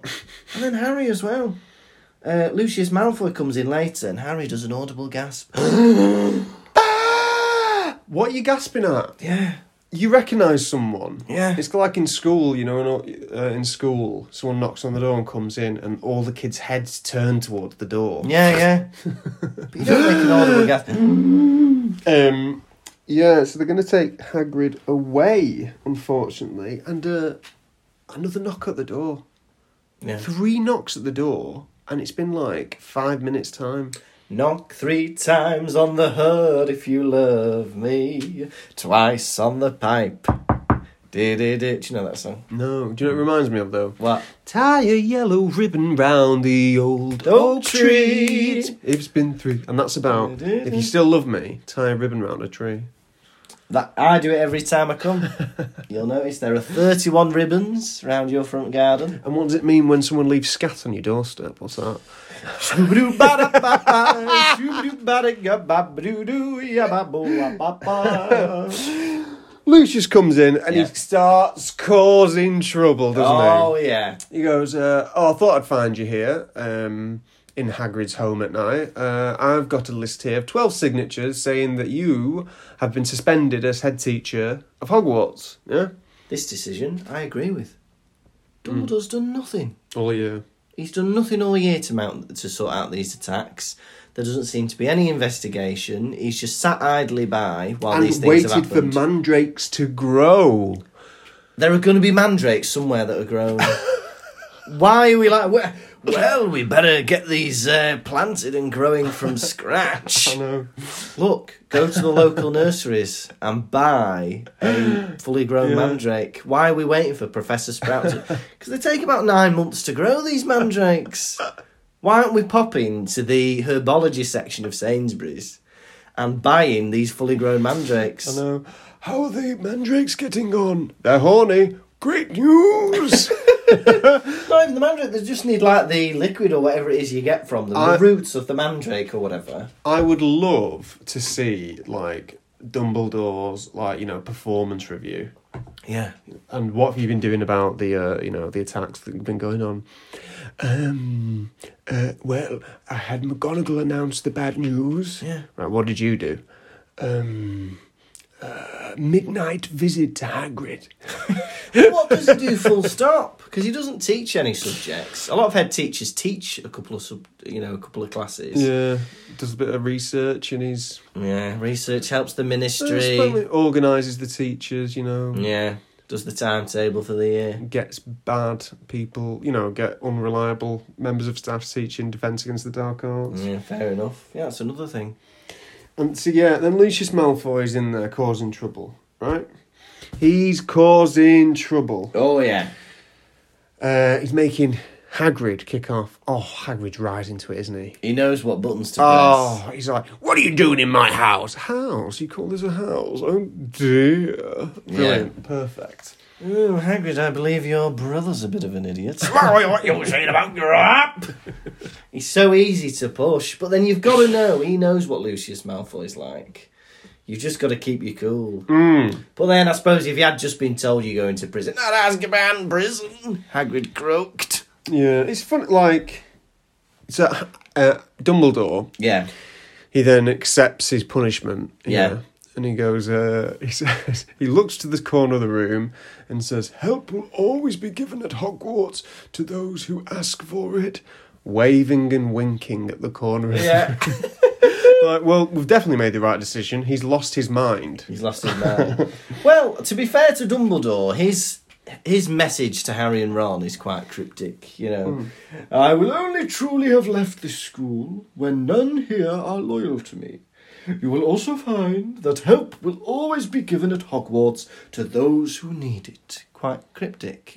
Speaker 3: And then Harry as well. Uh, Lucius Malfoy comes in later, and Harry does an audible gasp.
Speaker 1: What are you gasping at?
Speaker 3: yeah.
Speaker 1: You recognise someone.
Speaker 3: Yeah.
Speaker 1: It's like in school, you know, in, all- uh, in school, someone knocks on the door and comes in, and all the kids' heads turn towards the door.
Speaker 3: Yeah, yeah. but you don't make an audible gasp.
Speaker 1: Um, yeah, so they're going to take Hagrid away, unfortunately, and uh, another knock at the door.
Speaker 3: Yeah.
Speaker 1: Three knocks at the door, and it's been like five minutes' time.
Speaker 3: Knock three times on the hood if you love me, twice on the pipe. Did it? Do you know that song?
Speaker 1: No, do you know what it reminds me of though?
Speaker 3: What?
Speaker 1: Tie a yellow ribbon round the old
Speaker 3: Oak
Speaker 1: oak
Speaker 3: tree.
Speaker 1: tree. It's been three, and that's about. if you still love me, tie a ribbon round a tree.
Speaker 3: That I do it every time I come. You'll notice there are thirty-one ribbons round your front garden.
Speaker 1: And what does it mean when someone leaves scat on your doorstep? What's that?
Speaker 3: oh
Speaker 1: Lucius comes in and
Speaker 3: Yeah.
Speaker 1: he starts causing trouble, doesn't he?
Speaker 3: Oh, yeah,
Speaker 1: He goes, uh, Oh, I thought I'd find you here um, in Hagrid's home at night. Uh, I've got a list here of 12 signatures saying that you have been suspended as head teacher of Hogwarts. Yeah?
Speaker 3: this decision I agree with.
Speaker 1: Hmm.
Speaker 3: Dumbledore's done nothing.
Speaker 1: All year.
Speaker 3: He's done nothing all year to mount to sort out these attacks. There doesn't seem to be any investigation. He's just sat idly by while these
Speaker 1: And
Speaker 3: things have
Speaker 1: waited for
Speaker 3: happened.
Speaker 1: mandrakes to grow.
Speaker 3: There are going to be mandrakes somewhere that are grown. Why are we like? we- Well, we better get these uh, planted and growing from scratch.
Speaker 1: know.
Speaker 3: Look, go to the local nurseries and buy a fully grown mandrake. Why are we waiting for Professor Sprout? Because they take about nine months to grow these mandrakes. Why aren't we popping to the herbology section of Sainsbury's and buying these fully grown mandrakes?
Speaker 5: I know. How are the mandrakes getting on?
Speaker 1: They're horny.
Speaker 5: Great news!
Speaker 3: Not even the mandrake. They just need like the liquid or whatever it is you get from them,
Speaker 1: I-
Speaker 3: the roots of the mandrake or whatever.
Speaker 1: I would love to see, like, Dumbledore's, like, you know, performance review.
Speaker 3: Yeah.
Speaker 1: and what have you been doing about the uh, you know the attacks that have been going on?
Speaker 6: um, uh, well, I had McGonagall announce the bad news.
Speaker 3: Yeah.
Speaker 6: Right, what did you do? Um, uh, midnight visit to Hagrid.
Speaker 3: what does he do full stop? Because he doesn't teach any subjects. A lot of head teachers teach a couple of sub, you know, a couple of classes.
Speaker 1: Yeah, does a bit of research and he's eh,
Speaker 3: Yeah, research helps the ministry.
Speaker 1: organises the teachers, you know,
Speaker 3: Yeah, does the timetable for the year.
Speaker 1: gets bad people, you know, get unreliable members of staff teaching defence against the dark arts.
Speaker 3: Yeah, fair enough. Yeah, that's another thing.
Speaker 1: And so yeah, then Lucius Malfoy's in there causing trouble, right? He's causing trouble.
Speaker 3: Oh yeah.
Speaker 1: Uh, he's making Hagrid kick off. Oh, Hagrid's rising to it, isn't he?
Speaker 3: He knows what buttons to
Speaker 1: Oh, he's like,
Speaker 2: What are you doing in my house?
Speaker 1: house? You call this a house? Oh dear! Brilliant, perfect.
Speaker 3: press. Ooh, Hagrid, I believe your brother's a bit of an idiot.
Speaker 2: what you were saying about your app?
Speaker 3: He's so easy to push, but then you've got to know he knows what Lucius Malfoy's like. You've just got to keep your cool. But then I suppose if you had just been told you're going to prison, not Azkaban prison, Hagrid croaked.
Speaker 1: Yeah, it's fun. Like, so uh, Dumbledore.
Speaker 3: Yeah,
Speaker 1: He then accepts his punishment. you
Speaker 3: Yeah.
Speaker 1: know, And he goes. Uh, he says. He looks to the corner of the room and says, "Help will always be given at Hogwarts to those who ask for it." Waving and winking at the corner. of the
Speaker 3: yeah.
Speaker 1: Like, well, we've definitely made the right decision. He's lost his mind.
Speaker 3: He's lost his mind. well, to be fair to Dumbledore, his his message to Harry and Ron is quite cryptic. You know, I will only truly have left this school when none here are loyal to me. You will also find that help will always be given at Hogwarts to those who need it. Quite cryptic.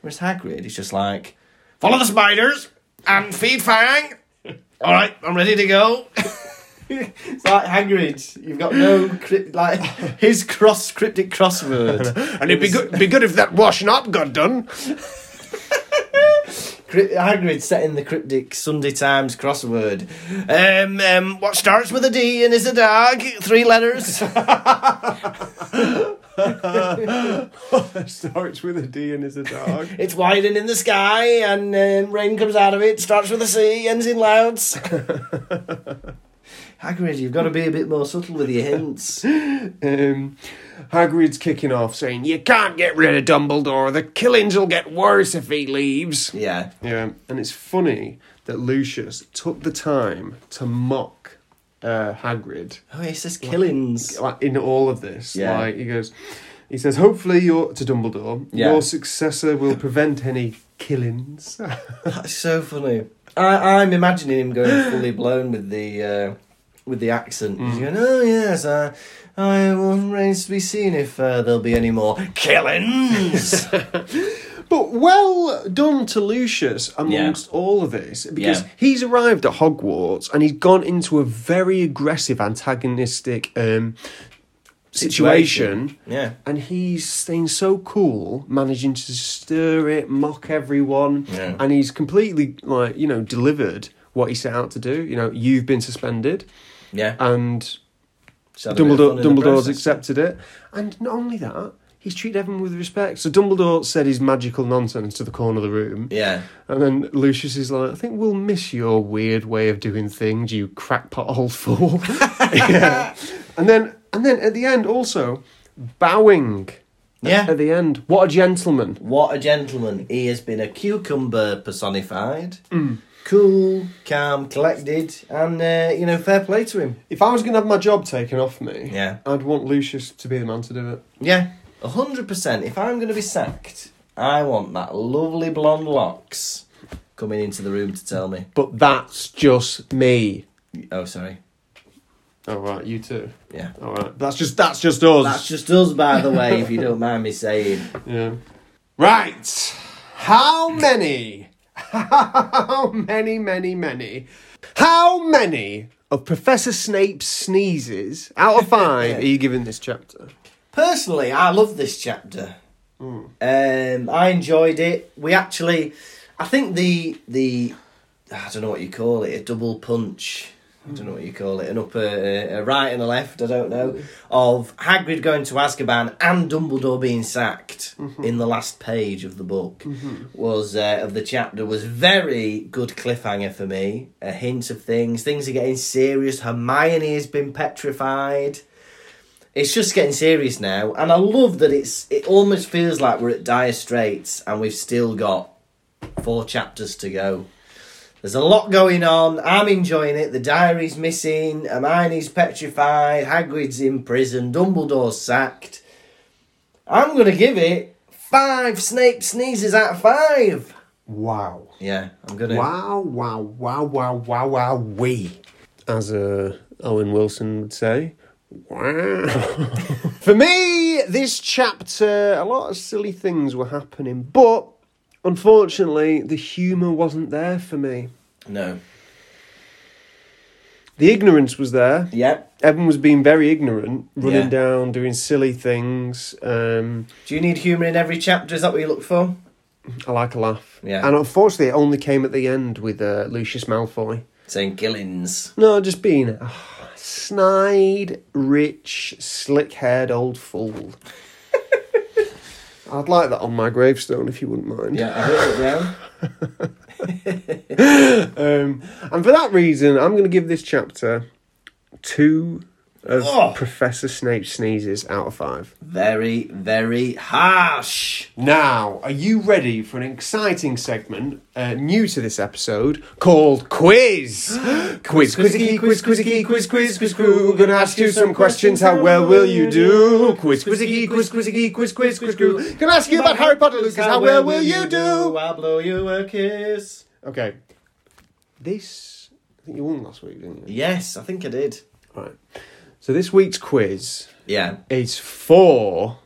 Speaker 3: Whereas Hagrid is just like, follow the spiders and feed Fang. All right, I'm ready to go. It's like Hagrid. You've got no crypt, like his cross cryptic crossword.
Speaker 2: And it'd be good, be good if that washing up got done.
Speaker 3: Crypt- Hagrid setting the cryptic Sunday Times crossword. Um, um, what starts with a D and is a dog? Three letters.
Speaker 1: Starts with a D and is a dog.
Speaker 3: it's wide and in the sky, and um, rain comes out of it. Starts with a C, ends in louds. Hagrid, you've got to be a bit more subtle with your hints.
Speaker 1: um, Hagrid's kicking off, saying,
Speaker 2: You can't get rid of Dumbledore. The killings will get worse if he leaves.
Speaker 3: Yeah.
Speaker 1: Yeah, and it's funny that Lucius took the time to mock uh, Hagrid
Speaker 3: Oh, he says killings.
Speaker 1: like, in all of this.
Speaker 3: Yeah.
Speaker 1: Like, he goes, he says, hopefully you're, to Dumbledore,
Speaker 3: Yeah.
Speaker 1: your successor will prevent any killings.
Speaker 3: That's so funny. I, I'm imagining him going fully blown with the uh, with the accent.
Speaker 1: Mm.
Speaker 3: He's going, "Oh yes, I I will arrange to be seen if uh, there'll be any more killings."
Speaker 1: But well done to Lucius amongst all of this because
Speaker 3: Yeah.
Speaker 1: he's arrived at Hogwarts and he's gone into a very aggressive antagonistic um, situation.
Speaker 3: Yeah.
Speaker 1: And he's staying so cool, managing to stir it, mock everyone,
Speaker 3: Yeah.
Speaker 1: and he's completely like you know delivered what he set out to do. You know, you've been suspended,
Speaker 3: Yeah.
Speaker 1: and
Speaker 3: Just had a bit of
Speaker 1: Uh, Dumbledore,
Speaker 3: fun in the
Speaker 1: Dumbledore's
Speaker 3: process.
Speaker 1: accepted it, and not only that, he's treated everyone with respect. So Dumbledore said his magical nonsense to the corner of the room,
Speaker 3: Yeah.
Speaker 1: and then Lucius is like, "I think we'll miss your weird way of doing things, you crackpot old fool." yeah. and then, and then at the end, also bowing. at-
Speaker 3: Yeah.
Speaker 1: At, the end, what a gentleman!
Speaker 3: What a gentleman. He has been a cucumber personified.
Speaker 1: Mm.
Speaker 3: Cool, calm, collected, and uh, you know, fair play to him.
Speaker 1: If I was going to have my job taken off me,
Speaker 3: Yeah.
Speaker 1: I'd want Lucius to be the man to do it.
Speaker 3: Yeah, a hundred percent. If I'm going to be sacked, I want that lovely blonde locks coming into the room to tell me.
Speaker 1: But that's just me.
Speaker 3: Oh, sorry.
Speaker 1: All right, you too.
Speaker 3: Yeah,
Speaker 1: All right, that's just that's just us.
Speaker 3: that's just us, by the way. If you don't mind me saying,
Speaker 1: Yeah. Right. How many? How many, many, many? How many of Professor Snape's sneezes out of five are you giving this chapter?
Speaker 3: personally, I love this chapter. Um, I enjoyed it. We actually, I think the the I don't know what you call it, a double punch. I don't know what you call it, an upper, a, a right and a left, I don't know, of Hagrid going to Azkaban and Dumbledore being sacked in the last page of the book was uh, of the chapter was very good cliffhanger for me. A hint of things, things are getting serious. Hermione has been petrified. It's just getting serious now, and I love that it's. It almost feels like we're at dire straits, and we've still got four chapters to go. There's a lot going on. I'm enjoying it. The diary's missing. Hermione's petrified. Hagrid's in prison. Dumbledore's sacked. I'm gonna give it five Snape sneezes out of five.
Speaker 1: Wow.
Speaker 3: Yeah, I'm gonna.
Speaker 1: Wow, wow, wow, wow, wow, wow, wee. As uh, Owen Wilson would say. Wow. For me, this chapter, a lot of silly things were happening, but unfortunately, the humour wasn't there for me.
Speaker 3: No.
Speaker 1: The ignorance was there.
Speaker 3: Yep.
Speaker 1: Evan was being very ignorant, running
Speaker 3: Yeah.
Speaker 1: down, doing silly things. Um,
Speaker 3: Do you need humour in every chapter? Is that what you look for?
Speaker 1: I like a laugh.
Speaker 3: Yeah.
Speaker 1: And unfortunately, it only came at the end with uh, Lucius Malfoy.
Speaker 3: Saying Gillins.
Speaker 1: No, just being a snide, rich, slick-haired old fool. I'd like that on my gravestone if you wouldn't mind.
Speaker 3: Yeah, I wrote it down.
Speaker 1: Um, and for that reason, I'm going to give this chapter two of
Speaker 3: Oh.
Speaker 1: Professor Snape sneezes out of five.
Speaker 3: Very, very harsh.
Speaker 1: Now, are you ready for an exciting segment uh, new to this episode called Quiz? quiz, quizzicky, quiz, quizzicky, quiz, quiz, quiz, quiz. We're going to ask you some questions. How well will you do? Quiz, quizzicky, quiz, quizzicky, quiz, quiz, quiz, quiz. Going to ask you about Harry Potter, Lucas. How well will you do?
Speaker 3: I'll blow you a kiss.
Speaker 1: Okay. This, I think you won last week, didn't you?
Speaker 3: Yes, I think I did.
Speaker 1: Right. So this week's quiz
Speaker 3: Yeah.
Speaker 1: It's for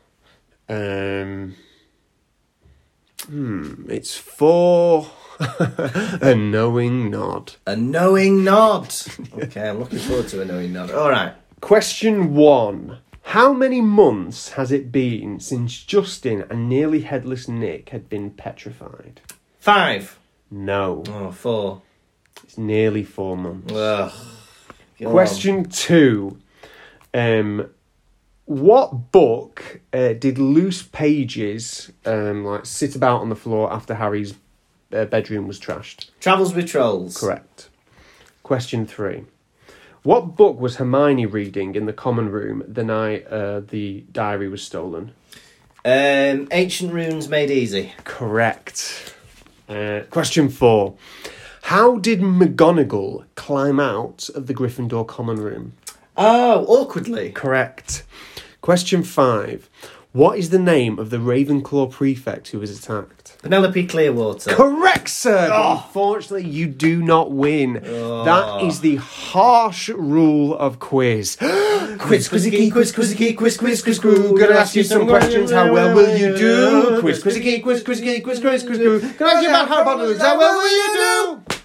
Speaker 1: um hmm, it's for a knowing nod.
Speaker 3: A knowing nod. Okay, I'm looking forward to a knowing nod. All right.
Speaker 1: Question 1. How many months has it been since Justin and nearly headless Nick had been petrified?
Speaker 3: Five.
Speaker 1: No,
Speaker 3: Oh, four.
Speaker 1: it's nearly 4 months.
Speaker 3: Ugh. Go
Speaker 1: Question two. Um, what book uh, did loose pages um, like sit about on the floor after Harry's uh, bedroom was trashed?
Speaker 3: on. Travels with Trolls.
Speaker 1: Correct. Question three. What book was Hermione reading in the common room the night uh, the diary was stolen?
Speaker 3: Um, Ancient Runes Made Easy.
Speaker 1: Correct. Uh, question four. How did McGonagall climb out of the Gryffindor common room?
Speaker 3: Oh, awkwardly.
Speaker 1: Correct. Question five. What is the name of the Ravenclaw prefect who was attacked?
Speaker 3: Penelope Clearwater.
Speaker 1: Correct, sir. but Unfortunately, you do not win. That is the harsh rule of quiz. quiz, quizzicky, quiz, quizzicky, quiz, quiz, quiz, quiz. Gonna ask you some questions. How well will you do? Quiz, quizzicky, quiz, quizzicky, quiz, quiz, quiz, quiz. Gonna ask you about Harry Potter. How well will you do?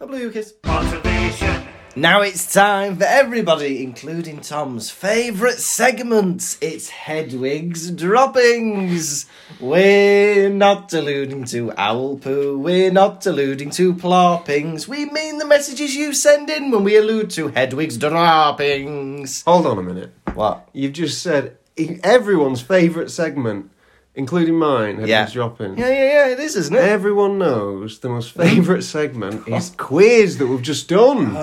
Speaker 3: I blew you a kiss.
Speaker 2: Motivation.
Speaker 3: Now it's time for everybody, including Tom's favourite segment. It's Hedwig's Droppings. We're not alluding to owl poo. We're not alluding to ploppings. We mean the messages you send in when we allude to Hedwig's Droppings.
Speaker 1: Hold on a minute.
Speaker 3: What?
Speaker 1: You've just said e-, everyone's favourite segment, including mine, had
Speaker 3: Yeah.
Speaker 1: been dropping.
Speaker 3: Yeah, yeah, Oh. yeah, it is, isn't it?
Speaker 1: Everyone knows the most favourite segment is quiz that we've just done.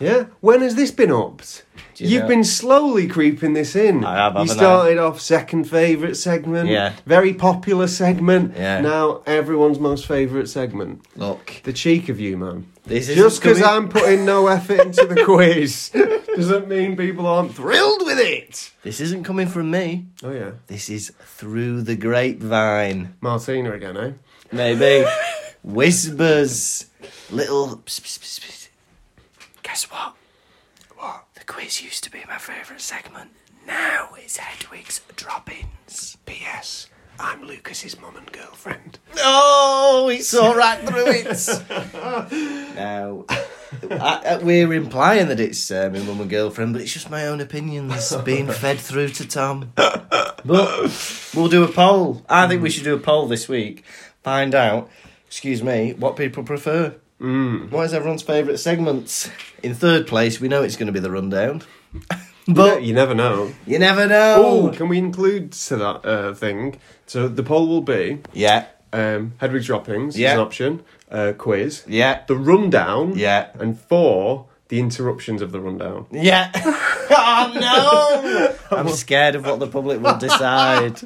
Speaker 1: yeah? When has this been upped?
Speaker 3: Oh. you
Speaker 1: You've
Speaker 3: know-
Speaker 1: been slowly creeping this in.
Speaker 3: I have,
Speaker 1: you
Speaker 3: haven't I?
Speaker 1: started off second favourite segment,
Speaker 3: Yeah.
Speaker 1: very popular segment.
Speaker 3: Yeah.
Speaker 1: Now everyone's most favourite segment.
Speaker 3: Look,
Speaker 1: The cheek of you, man.
Speaker 3: this is
Speaker 1: Just because I'm putting no effort into the quiz doesn't mean people aren't thrilled with it.
Speaker 3: This isn't coming from me.
Speaker 1: Oh yeah,
Speaker 3: This is through the grapevine.
Speaker 1: Martina again, eh?
Speaker 3: Maybe. Whispers. Little. Guess what? What? The quiz used to be my favourite segment. Now it's Hedwig's droppings.
Speaker 1: P.S. I'm Lucas's mum and girlfriend.
Speaker 3: Oh, he saw right through it. now, I, I, we're implying that it's uh, my mum and girlfriend, but it's just my own opinions being fed through to Tom. But we'll do a poll. I think we should do a poll this week. Find out, excuse me, what people prefer. What is everyone's favourite segments? In third place, we know it's going to be the rundown.
Speaker 1: But
Speaker 3: But
Speaker 1: you never know.
Speaker 3: you never
Speaker 1: Oh,
Speaker 3: know.
Speaker 1: can we include to that uh, thing? So the poll will be
Speaker 3: Yeah.
Speaker 1: um, Hedwig's droppings is
Speaker 3: Yeah.
Speaker 1: an option, uh, quiz,
Speaker 3: Yeah.
Speaker 1: the rundown,
Speaker 3: Yeah.
Speaker 1: and four the interruptions of the rundown.
Speaker 3: Yeah. oh no! I'm scared of what the public will decide.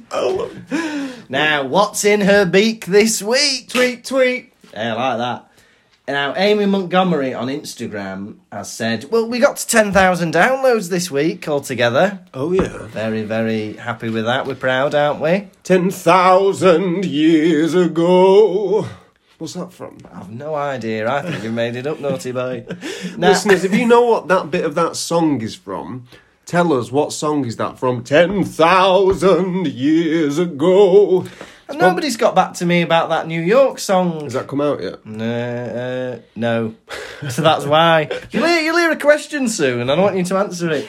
Speaker 3: now, what's in her beak this week? Tweet, tweet. Yeah, I like that. Now, Amy Montgomery on Instagram has said, "Well, we got to ten thousand downloads this week altogether.
Speaker 1: Oh yeah,
Speaker 3: Very, very happy with that. We're proud, aren't we?
Speaker 1: ten thousand years ago. What's that from?
Speaker 3: I've no idea. I think you made it up, naughty boy. Now,
Speaker 1: Listeners, if you know what that bit of that song is from, tell us what song is that from? Ten thousand years ago.
Speaker 3: nobody's got back to me about that New York song.
Speaker 1: Has that come out yet?
Speaker 3: No, uh, no. so that's why. You'll hear, you'll hear a question soon, and I want you to answer it.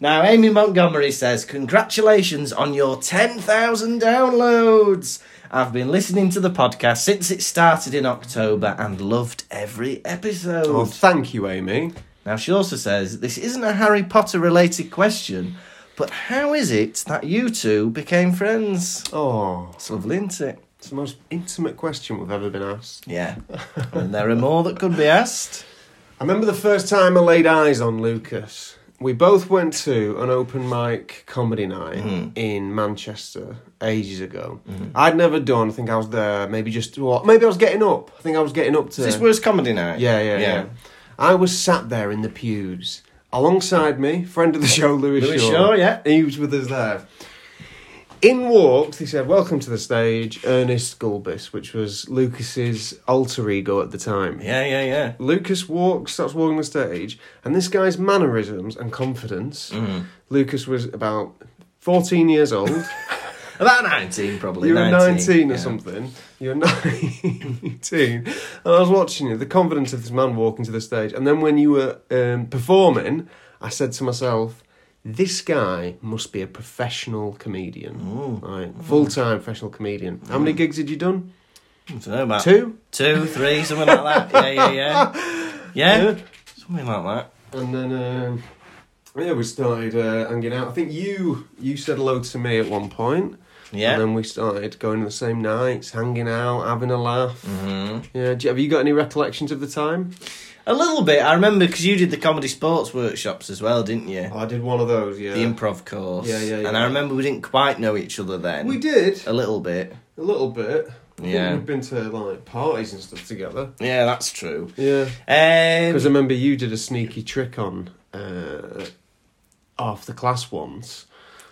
Speaker 3: Now, Amy Montgomery says, Congratulations on your 10,000 downloads. I've been listening to the podcast since it started in October and loved every episode.
Speaker 1: Oh, thank you, Amy.
Speaker 3: Now, she also says, This isn't a Harry Potter related question, but how is it that you two became friends?
Speaker 1: Oh,
Speaker 3: It's lovely, isn't it?
Speaker 1: it's the most intimate question we've ever been asked.
Speaker 3: Yeah. and there are more that could be asked.
Speaker 1: I remember the first time I laid eyes on Lucas. We both went to an open mic comedy night
Speaker 3: Hmm.
Speaker 1: in Manchester ages ago. I'd never done. I think I was there. Maybe just what? Maybe I was getting up. I think I was getting up to.
Speaker 3: Is this worst comedy night?
Speaker 1: Yeah, yeah, yeah, I was sat there in the pews alongside me, friend of the show, Louis,
Speaker 3: Louis
Speaker 1: Shaw.
Speaker 3: Shaw, yeah.
Speaker 1: He was with us there. In walked, he said, Welcome to the stage, Ernest Gulbis, which was Lucas's alter ego at the time.
Speaker 3: Yeah, yeah, yeah.
Speaker 1: Lucas walks, starts walking the stage, and this guy's mannerisms and confidence.
Speaker 3: Mm-hmm.
Speaker 1: Lucas was about 14 years old.
Speaker 3: About 19, probably.
Speaker 1: you were 19, or
Speaker 3: yeah.
Speaker 1: something. You were 19. and I was watching you, the confidence of this man walking to the stage. And then when you were um, performing, I said to myself, this guy must be a professional comedian. Right, full time professional comedian. How many gigs had you done?
Speaker 3: I don't know, about
Speaker 1: Two?
Speaker 3: two, three, something like that. Yeah, yeah, yeah. Yeah, something like that.
Speaker 1: And then um, yeah, we started uh, hanging out. I think you you said hello to me at one point.
Speaker 3: Yeah.
Speaker 1: And then we started going to the same nights, hanging out, having a laugh. Mm-hmm. Yeah. Do you, have you got any recollections of the time?
Speaker 3: A little bit. I remember because you did the comedy sports workshops as well, didn't you?
Speaker 1: Oh, I did one of those. Yeah.
Speaker 3: The improv course.
Speaker 1: Yeah, yeah,
Speaker 3: And
Speaker 1: yeah.
Speaker 3: I remember we didn't quite know each other then.
Speaker 1: we did
Speaker 3: A little bit.
Speaker 1: a little bit. I think
Speaker 3: Yeah.
Speaker 1: We've been to like parties and stuff together.
Speaker 3: Yeah, that's true.
Speaker 1: Yeah. Because I
Speaker 3: Um,
Speaker 1: remember you did a sneaky trick on uh, half the class once.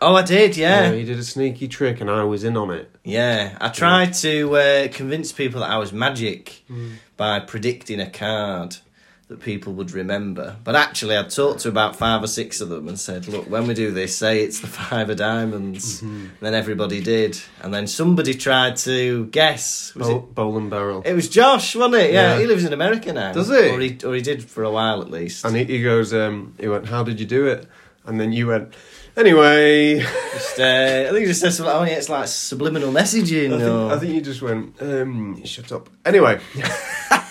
Speaker 3: oh, I did,
Speaker 1: Yeah.
Speaker 3: yeah.
Speaker 1: You did a sneaky trick, and I was in on it.
Speaker 3: Yeah, I tried to uh, convince people that I was magic
Speaker 1: Mm.
Speaker 3: by predicting a card that people would remember. But actually, I talked to about five or six of them and said, "Look, when we do this, say it's the five of diamonds."
Speaker 1: Mm-hmm.
Speaker 3: And then everybody did, and then somebody tried to guess. Was
Speaker 1: Bowl, bowl and barrel.
Speaker 3: it? It was Josh, wasn't it? Yeah,
Speaker 1: Oh. Yeah.
Speaker 3: he lives in America now.
Speaker 1: Does he?
Speaker 3: Or he, or he did for a while at least.
Speaker 1: And he, he goes, um, he went, how did you do it? And then you went, anyway.
Speaker 3: Just, uh, I think he just said something. like, Oh, yeah, it's like subliminal messaging.
Speaker 1: I,
Speaker 3: or...
Speaker 1: think, I think you just went, um, shut up. Anyway.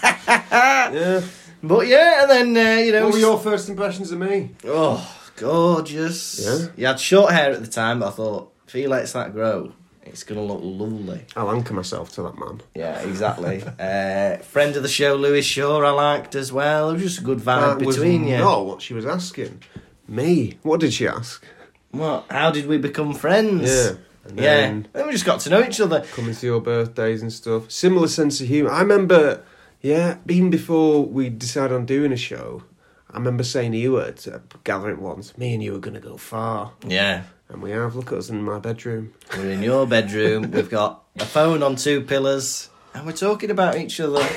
Speaker 1: yeah.
Speaker 3: But yeah, and then uh, you know.
Speaker 1: What were
Speaker 3: s-
Speaker 1: your first impressions of me?
Speaker 3: Oh, gorgeous.
Speaker 1: Yeah?
Speaker 3: You had short hair at the time, but I thought, if he lets that grow, it's going to look lovely.
Speaker 1: I'll anchor myself to that man.
Speaker 3: Yeah, exactly. uh, friend of the show, Louis Shaw, I liked as well. It was just a good vibe
Speaker 1: That Uh, was
Speaker 3: Uh, between you.
Speaker 1: not what she was asking. Me. What did she ask?
Speaker 3: What? How did we become friends?
Speaker 1: Yeah. And then-
Speaker 3: yeah. Then we just got to know each other.
Speaker 1: coming to your birthdays and stuff. Similar sense of humour. I remember, yeah, even before we decided on doing a show, I remember saying to you at a gathering once, me and you are going to go far.
Speaker 3: Yeah.
Speaker 1: And we have, look at us in my bedroom.
Speaker 3: We're in your bedroom. We've got a phone on two pillars, and we're talking about each other.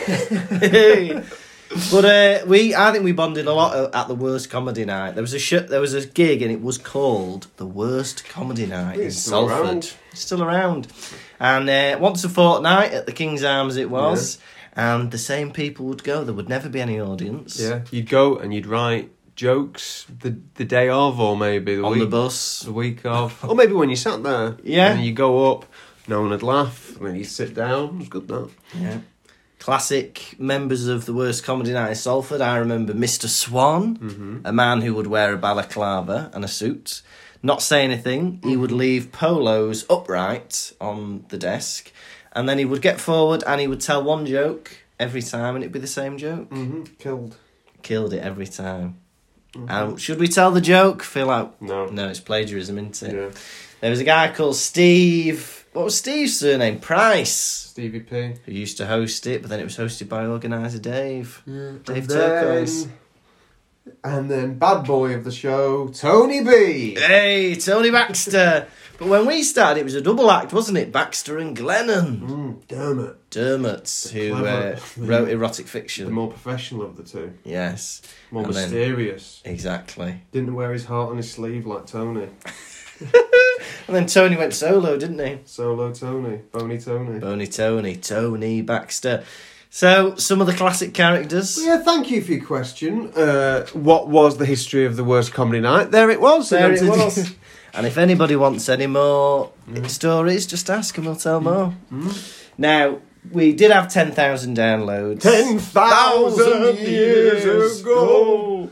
Speaker 3: but uh, we, I think we bonded a lot at the worst comedy night. There was a sh- there was a gig, and it was called the worst comedy night in
Speaker 1: It's still
Speaker 3: Salford.
Speaker 1: around.
Speaker 3: Still around, and uh, once a fortnight at the King's Arms it was. And the same people would go. There would never be any audience.
Speaker 1: Yeah, you'd go and you'd write jokes the the day of, or maybe the
Speaker 3: On
Speaker 1: week,
Speaker 3: the bus.
Speaker 1: the week of, or maybe when you sat there.
Speaker 3: Yeah.
Speaker 1: and you go up, no one would laugh, and then you sit down. It was good that.
Speaker 3: Yeah. Classic members of the worst comedy night in Salford. I remember Mr. Swan, a man who would wear a balaclava and a suit, not say anything. He would leave polos upright on the desk, and then he would get forward and he would tell one joke every time, and it'd be the same joke.
Speaker 1: Mm-hmm. Killed.
Speaker 3: Killed it every time. Um, should we tell the joke? Feel like
Speaker 1: No.
Speaker 3: no, it's plagiarism, isn't it?
Speaker 1: Yeah.
Speaker 3: There was a guy called Steve. What was Steve's surname? Price,
Speaker 1: Stevie P.
Speaker 3: who used to host it, but then it was hosted by organizer Dave. Dave
Speaker 1: and then,
Speaker 3: Turkos.
Speaker 1: and then bad boy of the show, Tony B.
Speaker 3: Hey, Tony Baxter. but when we started, it was a double act, wasn't it? Baxter and Glennon.
Speaker 1: Mm, damn it.
Speaker 3: Dermots, who uh,
Speaker 1: Clever.
Speaker 3: wrote erotic
Speaker 1: The
Speaker 3: fiction.
Speaker 1: more professional of the two.
Speaker 3: Yes,
Speaker 1: More
Speaker 3: And then-
Speaker 1: mysterious.
Speaker 3: exactly.
Speaker 1: Didn't wear his heart on his sleeve like Tony.
Speaker 3: And then Tony went solo, didn't he?
Speaker 1: Solo Tony. Bony Tony.
Speaker 3: Bony Tony, Tony Baxter. So, some of the classic characters.
Speaker 1: Yeah, thank you for your question. Uh, what was the history of the worst comedy night? There it was.
Speaker 3: There it
Speaker 1: And-
Speaker 3: was. and if anybody wants any more
Speaker 1: Mm.
Speaker 3: stories, just ask and we'll tell more. Now, we did have 10,000 downloads.
Speaker 1: 10,000 years ago.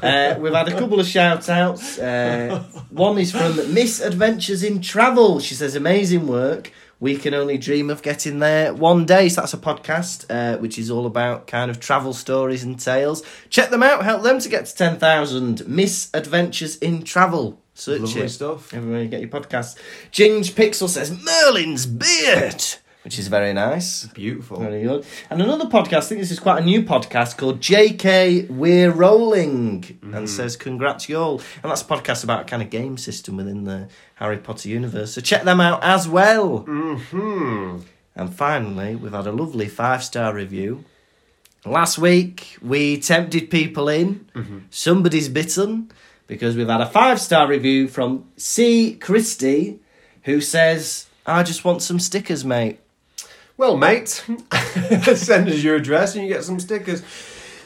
Speaker 3: Uh, we've had a couple of shout outs. Uh, one is from Miss Adventures in Travel. She says, Amazing work. We can only dream of getting there one day. So that's a podcast, uh, which is all about kind of travel stories and tales. Check them out. Help them to get to 10,000. Miss Adventures in Travel. Search
Speaker 1: Lovely
Speaker 3: it.
Speaker 1: stuff.
Speaker 3: Everywhere you get your podcasts. Ginge Pixel says, Merlin's Beard, which is very nice.
Speaker 1: Beautiful.
Speaker 3: Very good. And another podcast, I think this is quite a new podcast called JK We're Rolling and says, Congrats, y'all. And that's a podcast about a kind of game system within the Harry Potter universe. So check them out as well.
Speaker 1: Hmm.
Speaker 3: And finally, we've had a lovely five star review. Last week, we tempted people in. Somebody's bitten because we've had a five star review from C. Christie who says, I just want some stickers, mate.
Speaker 1: Well, mate, send us your address and you get some stickers.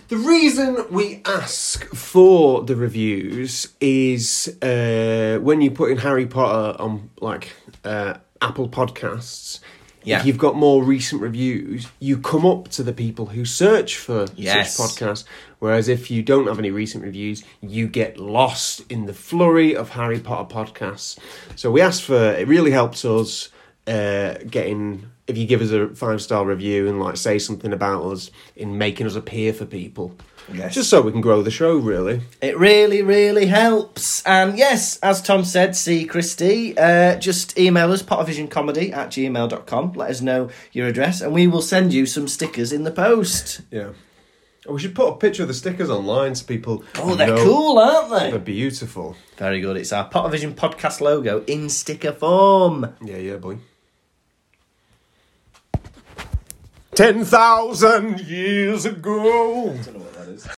Speaker 1: The reason we ask for the reviews is uh, when you put in Harry Potter on like uh, Apple Podcasts.
Speaker 3: Yeah.
Speaker 1: If you've got more recent reviews, you come up to the people who search for
Speaker 3: Yes.
Speaker 1: such podcasts. Whereas if you don't have any recent reviews, you get lost in the flurry of Harry Potter podcasts. So we asked for it. Really helps us uh, getting if you give us a five star review and like say something about us in making us appear for people.
Speaker 3: Yes.
Speaker 1: Just so we can grow the show, really.
Speaker 3: It really, really helps. And yes, as Tom said, see Christie, uh, just email us, pottervisioncomedy at gmail.com. Let us know your address, and we will send you some stickers in the post.
Speaker 1: Yeah. We should put a picture of the stickers online so people.
Speaker 3: Oh, they're
Speaker 1: know
Speaker 3: cool, aren't they?
Speaker 1: They're beautiful.
Speaker 3: Very good. It's our Pottervision podcast logo in sticker form.
Speaker 1: Yeah, yeah, boy. 10,000 years ago.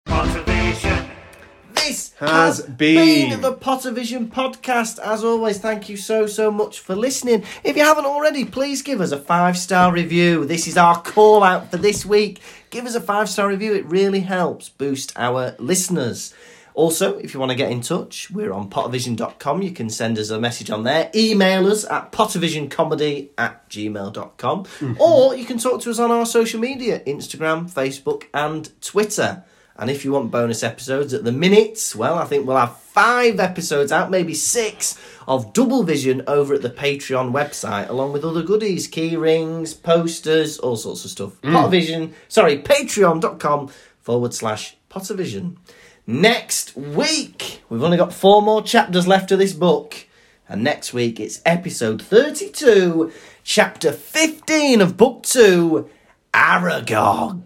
Speaker 2: Motivation.
Speaker 3: This has,
Speaker 1: Has
Speaker 3: been.
Speaker 1: been.
Speaker 3: the Pottervision podcast. As always, thank you so, so much for listening. If you haven't already, please give us a five star review. This is our call out for this week. Give us a five star review, it really helps boost our listeners. Also, if you want to get in touch, we're on pottervision.com. You can send us a message on there. Email us at pottervisioncomedy at gmail.com. Or you can talk to us on our social media Instagram, Facebook, and Twitter. And if you want bonus episodes at the minute, well, I think we'll have five episodes out, maybe six, of Double Vision over at the Patreon website, along with other goodies, key rings, posters, all sorts of stuff. Pottervision, sorry, patreon.com forward slash Pottervision. Next week, we've only got four more chapters left of this book. And next week, it's episode 32, chapter 15 of book two, Aragog.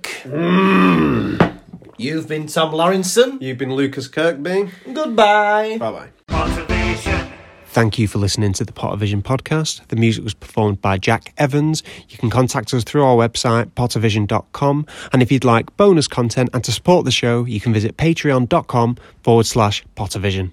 Speaker 3: You've been Tom Lawrenson.
Speaker 1: You've been Lucas Kirkby.
Speaker 3: Goodbye.
Speaker 1: Bye bye.
Speaker 2: Motivation.
Speaker 4: Thank you for listening to the Pottervision podcast. The music was performed by Jack Evans. You can contact us through our website, pottervision.com. And if you'd like bonus content and to support the show, you can visit patreon.com forward slash pottervision.